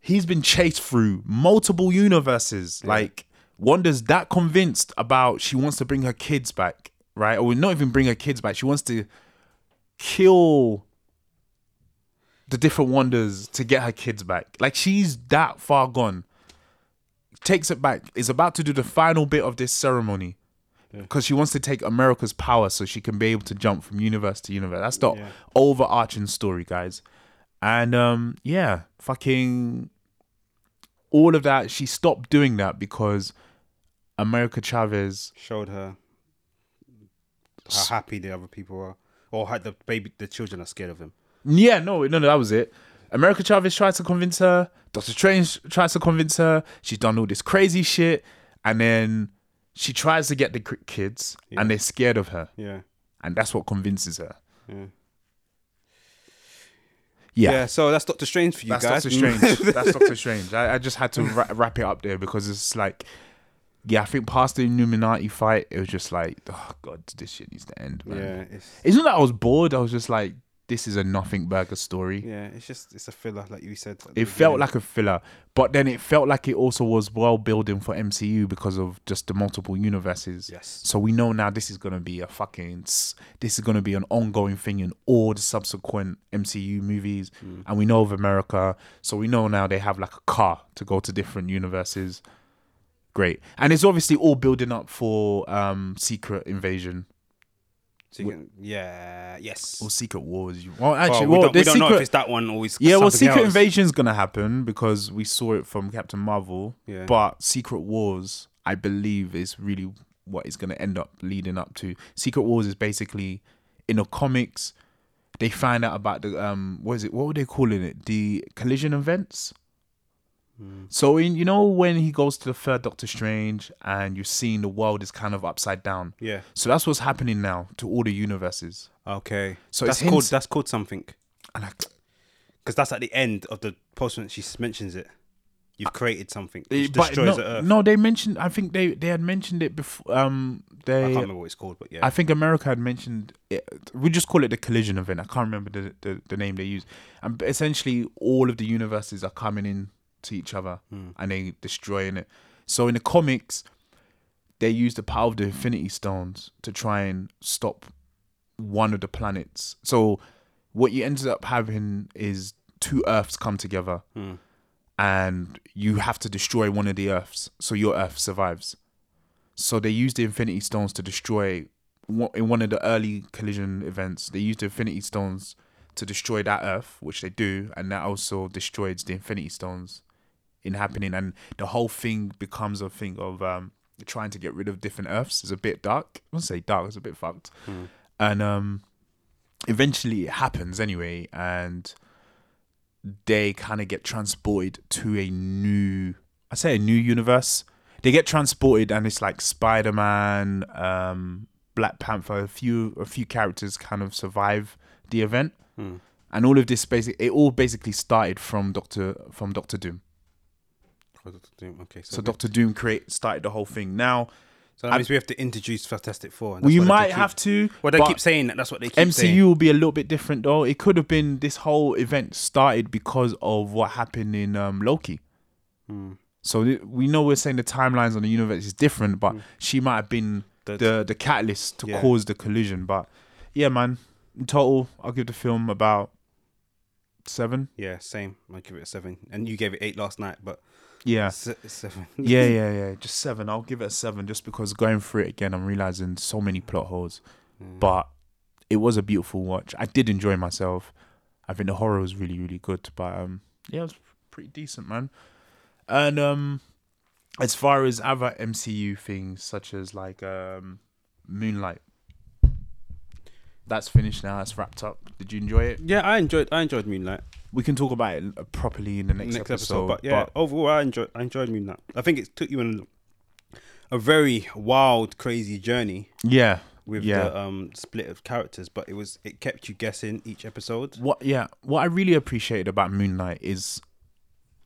A: He's been chased through multiple universes. Like Wanda's that convinced about she wants to bring her kids back, right? Or not even bring her kids back. She wants to kill the different Wanders to get her kids back. Like she's that far gone. Takes it back. Is about to do the final bit of this ceremony. Because she wants to take America's power so she can be able to jump from universe to universe. That's the overarching story, guys. And um, yeah, fucking all of that. She stopped doing that because America Chavez
B: showed her how happy the other people are, or how the baby, the children are scared of him.
A: Yeah, no, no, no, that was it. America Chavez tries to convince her. Doctor Strange tries to convince her. She's done all this crazy shit, and then she tries to get the cri- kids, and they're scared of her,
B: Yeah.
A: and that's what convinces her.
B: Yeah.
A: Yeah,
B: Yeah, so that's Doctor Strange for you
A: that's
B: guys.
A: Doctor Strange. that's Doctor Strange. I, I just had to wra- wrap it up there because it's like, yeah, I think past the Illuminati fight, it was just like, oh god, this shit needs to end, man.
B: yeah, it's
A: It's not that I was bored. I was just like, this is a nothing burger story.
B: yeah, it's just it's a filler, like you said. at the
A: It felt
B: beginning.
A: like a filler, but then it felt like it also was well building for MCU because of just the multiple universes.
B: Yes.
A: So we know now this is gonna be a fucking s- this is gonna be an ongoing thing in all the subsequent MCU movies,
B: Mm.
A: and we know of America, so we know now they have like a car to go to different universes. Great, and it's obviously all building up for um Secret Invasion
B: So you can, yeah, yes.
A: or Secret Wars. You- Well,
B: Well,
A: actually,
B: we
A: well,
B: don't, we
A: there's
B: don't know if
A: Secret-
B: it's that one or it's
A: Yeah, well,
B: something
A: Secret
B: else.
A: Invasion's gonna happen because we saw it from Captain Marvel.
B: Yeah.
A: But Secret Wars, I believe, is really what it's gonna end up leading up to. Secret Wars is basically in the comics, they find out about the um, what is it? What were they calling it? The collision events.
B: Hmm.
A: So in you know when he goes to the third Doctor Strange and you're seeing the world is kind of upside down.
B: Yeah.
A: So that's what's happening now to all the universes.
B: Okay.
A: So
B: So
A: it's
B: that's called
A: hints-
B: that's called something
A: And I,
B: because that's at the end of the post when she s- mentions it. You've created something which
A: Eh, But
B: destroys
A: no,
B: the earth.
A: no, they mentioned. I think they they had mentioned it before. Um,
B: I
A: they.
B: can't
A: I,
B: remember what it's called, but yeah,
A: think America had mentioned. It, we just call it the collision event. I can't remember the, the the name they used. And essentially, all of the universes are coming in to each other, and they destroying it. So in the comics, they use the power of the Infinity Stones to try and stop one of the planets. So what you ended up having is two Earths come together and you have to destroy one of the Earths, so your Earth survives. So they used the Infinity Stones to destroy one- in one of the early collision events. They used the Infinity Stones to destroy that Earth, which they do, and that also destroys the Infinity Stones in happening. And the whole thing becomes a thing of um, trying to get rid of different Earths. It's a bit dark. I wouldn't say dark. It's a bit fucked. And um, eventually, it happens anyway, and they kind of get transported to a new I say a new universe. They get transported and it's like Spider Man, um, Black Panther, a few a few characters kind of survive the event.
B: Hmm.
A: And all of this basic it all basically started from Doctor from Doctor Doom.
B: Oh, Doctor Doom, okay. So,
A: So Doctor Doom create started the whole thing. Now
B: so that means we have to introduce Fantastic Four. and
A: we
B: that's what they
A: might
B: keep-
A: have to
B: Well, they
A: but-
B: keep saying that. That's what they keep
A: MCU
B: saying.
A: will be a little bit different though. It could have been this whole event started because of what happened in um, Loki.
B: Hmm.
A: So th- we know we're saying the timelines on the universe is different, but she might have been
B: That's-
A: the the catalyst to
B: Hmm. Yeah.
A: cause the collision. But yeah, man, in total, I'll give the film about seven.
B: Yeah, same. I give it a seven, and you gave it eight last night, but
A: Yeah,
B: se- seven.
A: yeah, yeah, yeah. Just seven. I'll give it a seven just because going through it again, I'm realizing so many plot holes.
B: Mm.
A: But it was a beautiful watch. I did enjoy myself. I think the horror was really, really good. But um, yeah, it was pretty decent, man. And um, as far as other MCU things such as like um, Moonlight, that's finished now. That's wrapped up. Did you enjoy it?
B: Yeah, I enjoyed. I enjoyed Moonlight.
A: We can talk about it uh, properly in the next,
B: next
A: episode.
B: episode, but yeah, overall, I enjoyed. I enjoyed Moonlight. I think it took you on a very wild, crazy journey
A: yeah,
B: with
A: yeah.
B: the um split of characters, but it was it kept you guessing each episode.
A: what yeah what i really appreciated about moonlight is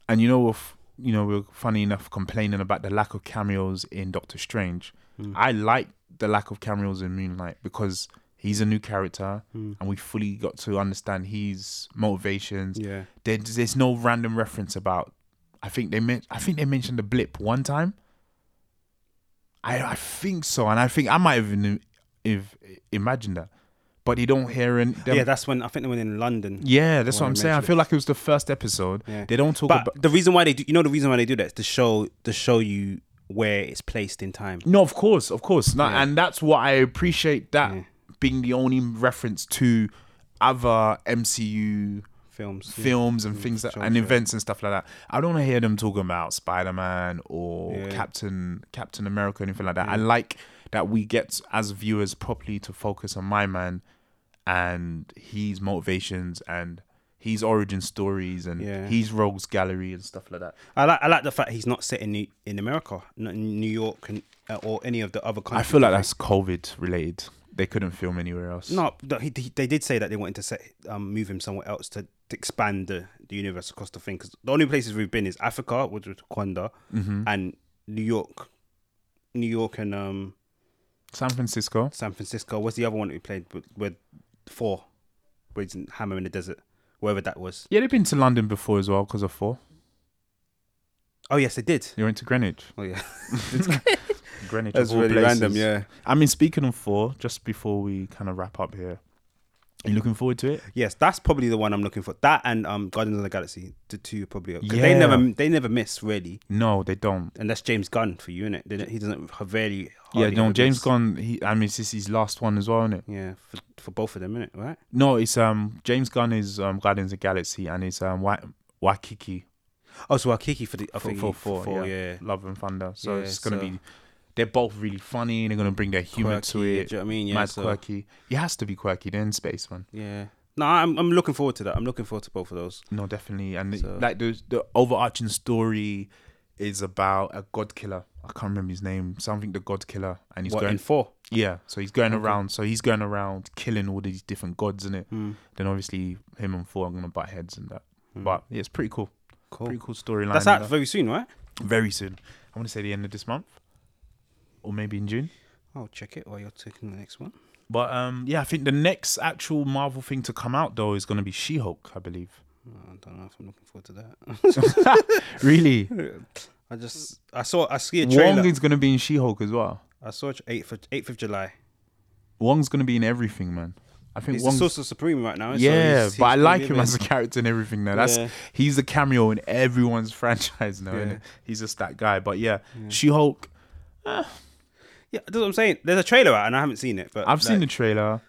A: and you know we're f- you know we're funny enough complaining about the lack of cameos in doctor strange i like the lack of cameos in moonlight because He's a new character, and we fully got to understand his motivations.
B: Yeah.
A: There, there's no random reference about. I think they meant. I think they mentioned the blip one time. I I think so, and I think I might have even if imagined that, but you don't hear in them-
B: yeah, that's when I think they were in London.
A: yeah, that's what
B: Well,
A: I'm
B: they
A: saying. I
B: mentioned
A: feel like it was the first episode.
B: Yeah.
A: They don't talk
B: But
A: about.
B: the reason why they do, you know, the reason why they do that is to show to show you where it's placed in time.
A: No, of course, of course, no, and that's what I appreciate that
B: Yeah.
A: being the only reference to other MCU
B: Films. yeah. Mm,
A: films and things that,
B: sure,
A: and
B: sure.
A: events and stuff like that. I don't want to hear them talking about Spider Man or
B: Yeah.
A: Captain Captain America or anything like that. I like that we get as viewers properly to focus on my man and his motivations and his origin stories and
B: Yeah.
A: his rogues gallery and stuff like that.
B: I like I like the fact he's not set in New, in America, not in New York, and, uh, or any of the other
A: I
B: countries.
A: feel like that's COVID related. They couldn't film anywhere else.
B: No, no, he, he- they did say that they wanted to set, um, move him somewhere else to, to expand the, the universe across the thing. Because the only places we've been is Africa, which was Rwanda,
A: Mm-hmm.
B: and New York, New York and um,
A: San Francisco.
B: San Francisco. What's the other one that we played with? with four, where he's in Hammer in the desert, wherever that was.
A: Yeah, they've been to London before as well because of four.
B: Oh yes, they did.
A: You went to Greenwich.
B: Oh yeah,
A: Greenwich.
B: that's
A: of all
B: really
A: places.
B: random. Yeah,
A: I mean, speaking of four, just before we kind of wrap up here, are you looking forward to it?
B: yes, that's probably the one I'm looking for. That and um, Guardians of the Galaxy, the two probably. 'cause They
A: Yeah.
B: never, they never miss really,
A: No, they don't.
B: and that's James Gunn for you, innit? They don't- He doesn't very.
A: Yeah,
B: hardly
A: no.
B: ever
A: James
B: miss.
A: Gunn. He, I mean, this is his last one as well, isn't it?
B: Yeah, for, for both of them, innit? Right?
A: No, it's um James Gunn is um Guardians of the Galaxy and it's um Wa- Waikiki
B: Oh, so Akiki for the I
A: for,
B: think
A: for,
B: he-
A: for,
B: for,
A: yeah.
B: yeah.
A: Love and Thunder. So
B: Yeah,
A: it's gonna
B: so-
A: be. They're both really funny. They're gonna bring their humor to
B: Quirky,
A: it.
B: do you know what I mean? Yeah,
A: Mad
B: so-
A: quirky. He has to be quirky. They're in space, man.
B: Yeah. No, I'm I'm looking forward to that. I'm looking forward to both of those.
A: No, definitely. And
B: So-
A: like the the overarching story is about a god killer. I can't remember his name. Something the god killer, and he's
B: what
A: going.
B: in four?
A: yeah, so he's going around. So he's going around killing all these different gods, in it.
B: Hmm.
A: Then obviously him and four are gonna butt heads and that. But yeah, it's pretty cool.
B: Cool.
A: Pretty cool storyline.
B: That's
A: and
B: out very soon, right?
A: that. very soon. I want to say the end of this month, or maybe in June.
B: I'll check it while you're taking the next one.
A: But um, yeah, I think the next actual Marvel thing to come out though is gonna be She-Hulk, I believe.
B: Oh, I don't know if I'm looking forward to that.
A: Really,
B: I just I saw I see a trailer.
A: Wong is gonna be in She-Hulk as well.
B: I saw eighth of eighth of July.
A: Wong's gonna be in everything, man. I think
B: He's the
A: Wong's
B: source of supreme right now. so
A: yeah,
B: he's- he's
A: but I like him
B: reliving-
A: as a character and everything. Now that's
B: Yeah.
A: he's a cameo in everyone's franchise now. innit?
B: Yeah.
A: He's just that guy. But yeah, She Hulk.
B: Yeah, that's what I'm saying. There's a trailer out and I haven't seen it, but
A: I've seen the
B: like,
A: trailer.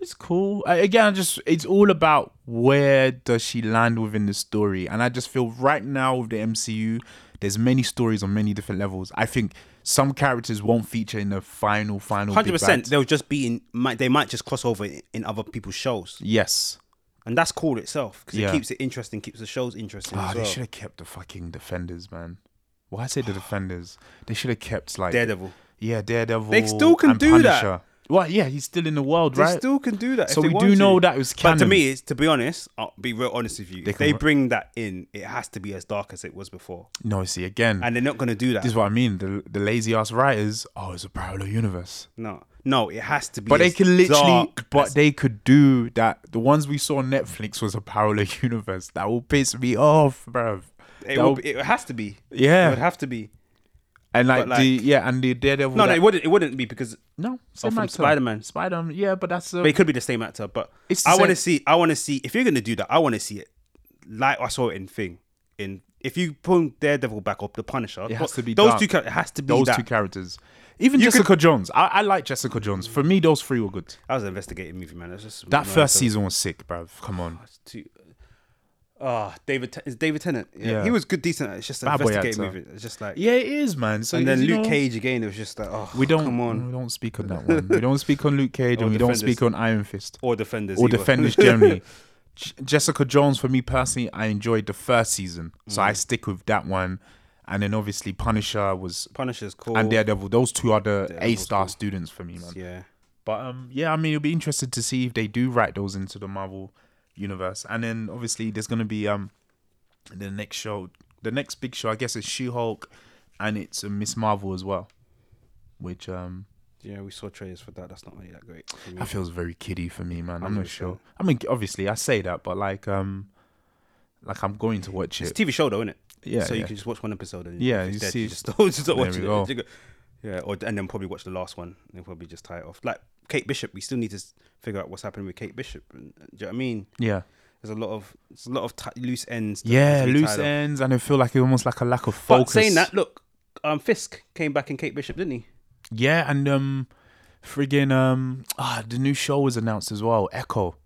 A: It's cool. I, again, I just it's all about where does she land within the story, and I just feel right now with the MCU, there's many stories on many different levels. I think some characters won't feature in the final final. big
B: Hundred percent.
A: bad.
B: They'll just be in. Might, they might just cross over in, in other people's shows,
A: Yes.
B: and that's cool itself because
A: Yeah.
B: it keeps it interesting, keeps the shows interesting.
A: Oh,
B: as
A: they
B: well.
A: should have kept the fucking defenders, man. Why I say the defenders? they should have kept like
B: Daredevil.
A: yeah, Daredevil.
B: They still can
A: and
B: do that.
A: Punisher. Well, yeah, he's still in the world,
B: They
A: right?
B: still can do that.
A: So
B: if they
A: we
B: want
A: do
B: to.
A: know that was
B: But to
A: canon.
B: me, it's, to be honest, I'll be real honest with you.
A: They
B: if they
A: can-
B: bring that in, it has to be as dark as it was before,
A: no, see again.
B: and they're not going to do that.
A: this is what I mean. The the lazy ass writers. Oh, it's a parallel universe.
B: no, no, it has to be.
A: But they
B: as
A: can literally.
B: dark
A: But
B: as-
A: they could do that. The ones we saw on Netflix was a parallel universe. That will piss me off, bruv.
B: it,
A: That
B: will,
A: will-
B: be- it has to be.
A: Yeah.
B: it would have to be.
A: and like,
B: but
A: the
B: like-
A: yeah, and the Daredevil.
B: No,
A: that,
B: no, it wouldn't. It wouldn't be because
A: no,
B: oh,
A: same
B: from
A: actor.
B: Spider-Man.
A: Spider-Man, yeah, but that's a,
B: But it could be the same actor. But
A: It's the
B: I want to
A: same-
B: see. I want to see if you're going to do that. I want to see it like I saw it in Thing. In if you pull Daredevil back up, the Punisher.
A: It has to be
B: those
A: dark.
B: two. char- It has to be
A: those
B: that.
A: two characters. Even Jessica Jones. I, I like Jessica Jones. For me, those three were good.
B: That was an investigative movie, man. That's just
A: That
B: no,
A: first
B: so-
A: season was sick, bruv. Come on.
B: It's Too, ah, David Ten- is David Tennant. Yeah.
A: Yeah.
B: he was good, decent. It's just an
A: Bad boy
B: investigative
A: actor.
B: movie. It's just like
A: Yeah, it is, man. So
B: and then
A: you
B: Luke
A: know,
B: Cage again. It was just like oh,
A: We don't.
B: come on
A: We don't speak on that one. We don't speak on Luke Cage, and we don't
B: Defenders.
A: speak on Iron Fist
B: or Defenders
A: or
B: either.
A: Defenders generally. J- Jessica Jones, for me personally, I enjoyed the first season, so
B: Mm.
A: I stick with that one. And then obviously Punisher was
B: Punisher's cool.
A: and Daredevil. Those two are the A star students for me, man.
B: yeah.
A: But um, yeah, I mean, it'll be interested to see if they do write those into the Marvel universe. And then obviously, there's gonna be um, the next show, the next uh, big show, I guess, is She Hulk, and it's a Miss Marvel as well, which um,
B: Yeah, we saw trailers for that. That's not really that great. for me.
A: That feels very kiddie for me, man. I'm not
B: 100%.
A: sure. I mean, obviously, I say that, but like, um, like I'm going to watch
B: It's a
A: it.
B: TV show though, isn't it?
A: Yeah,
B: So
A: yeah.
B: you can just watch one episode and
A: Yeah,
B: if it's
A: you
B: dead,
A: see-
B: just, don't, just don't
A: There
B: watch
A: we
B: it.
A: go.
B: You go- Yeah, or and then probably watch the last one and probably just tie it off. Like Kate Bishop, we still need to s- figure out what's happening with Kate Bishop. And, uh, do you know what I mean?
A: yeah,
B: There's a lot of there's a lot of ti loose ends. that
A: yeah,
B: need to be
A: loose
B: tied up.
A: ends, and I feel like it almost like a lack of
B: But
A: focus.
B: saying that, look, um, Fisk came back in Kate Bishop, didn't he?
A: yeah, and um, friggin' um, ah, the new show was announced as well. Echo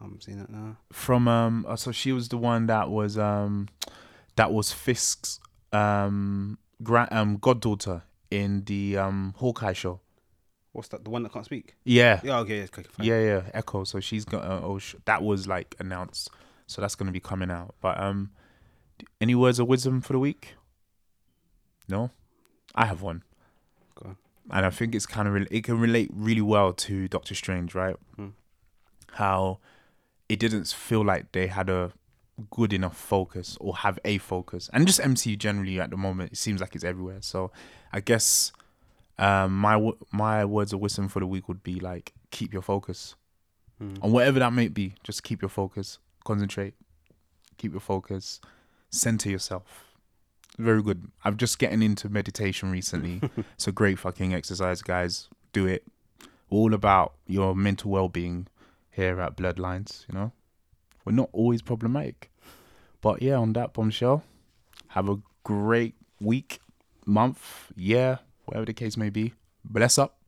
B: I haven't seen that now.
A: from um, uh, so she was the one that was um, that was Fisk's um, grand um, goddaughter in the um Hawkeye show.
B: What's that? The one that can't speak?
A: Yeah,
B: Yeah, okay, yeah, okay, fine.
A: Yeah, yeah, Echo. So she's got uh, oh sh- that was like announced, so that's gonna be coming out. But um, d- any words of wisdom for the week? No, I have one,
B: Go on.
A: and I think it's kind of re- it can relate really well to Doctor Strange, right?
B: Hmm.
A: How it didn't feel like they had a good enough focus or have a focus, and just MCU generally at the moment it seems like it's everywhere. So I guess. Um, my w- my words of wisdom for the week would be like keep your focus
B: Mm.
A: on whatever that may be. Just keep your focus, concentrate, keep your focus, center yourself. Very good. I'm just getting into meditation recently. it's a great fucking exercise, guys. Do it. We're all about your mental well being here at Bloodlines. You know, we're not always problematic, but yeah. On that bombshell, have a great week, month, year, whatever the case may be. Bless up.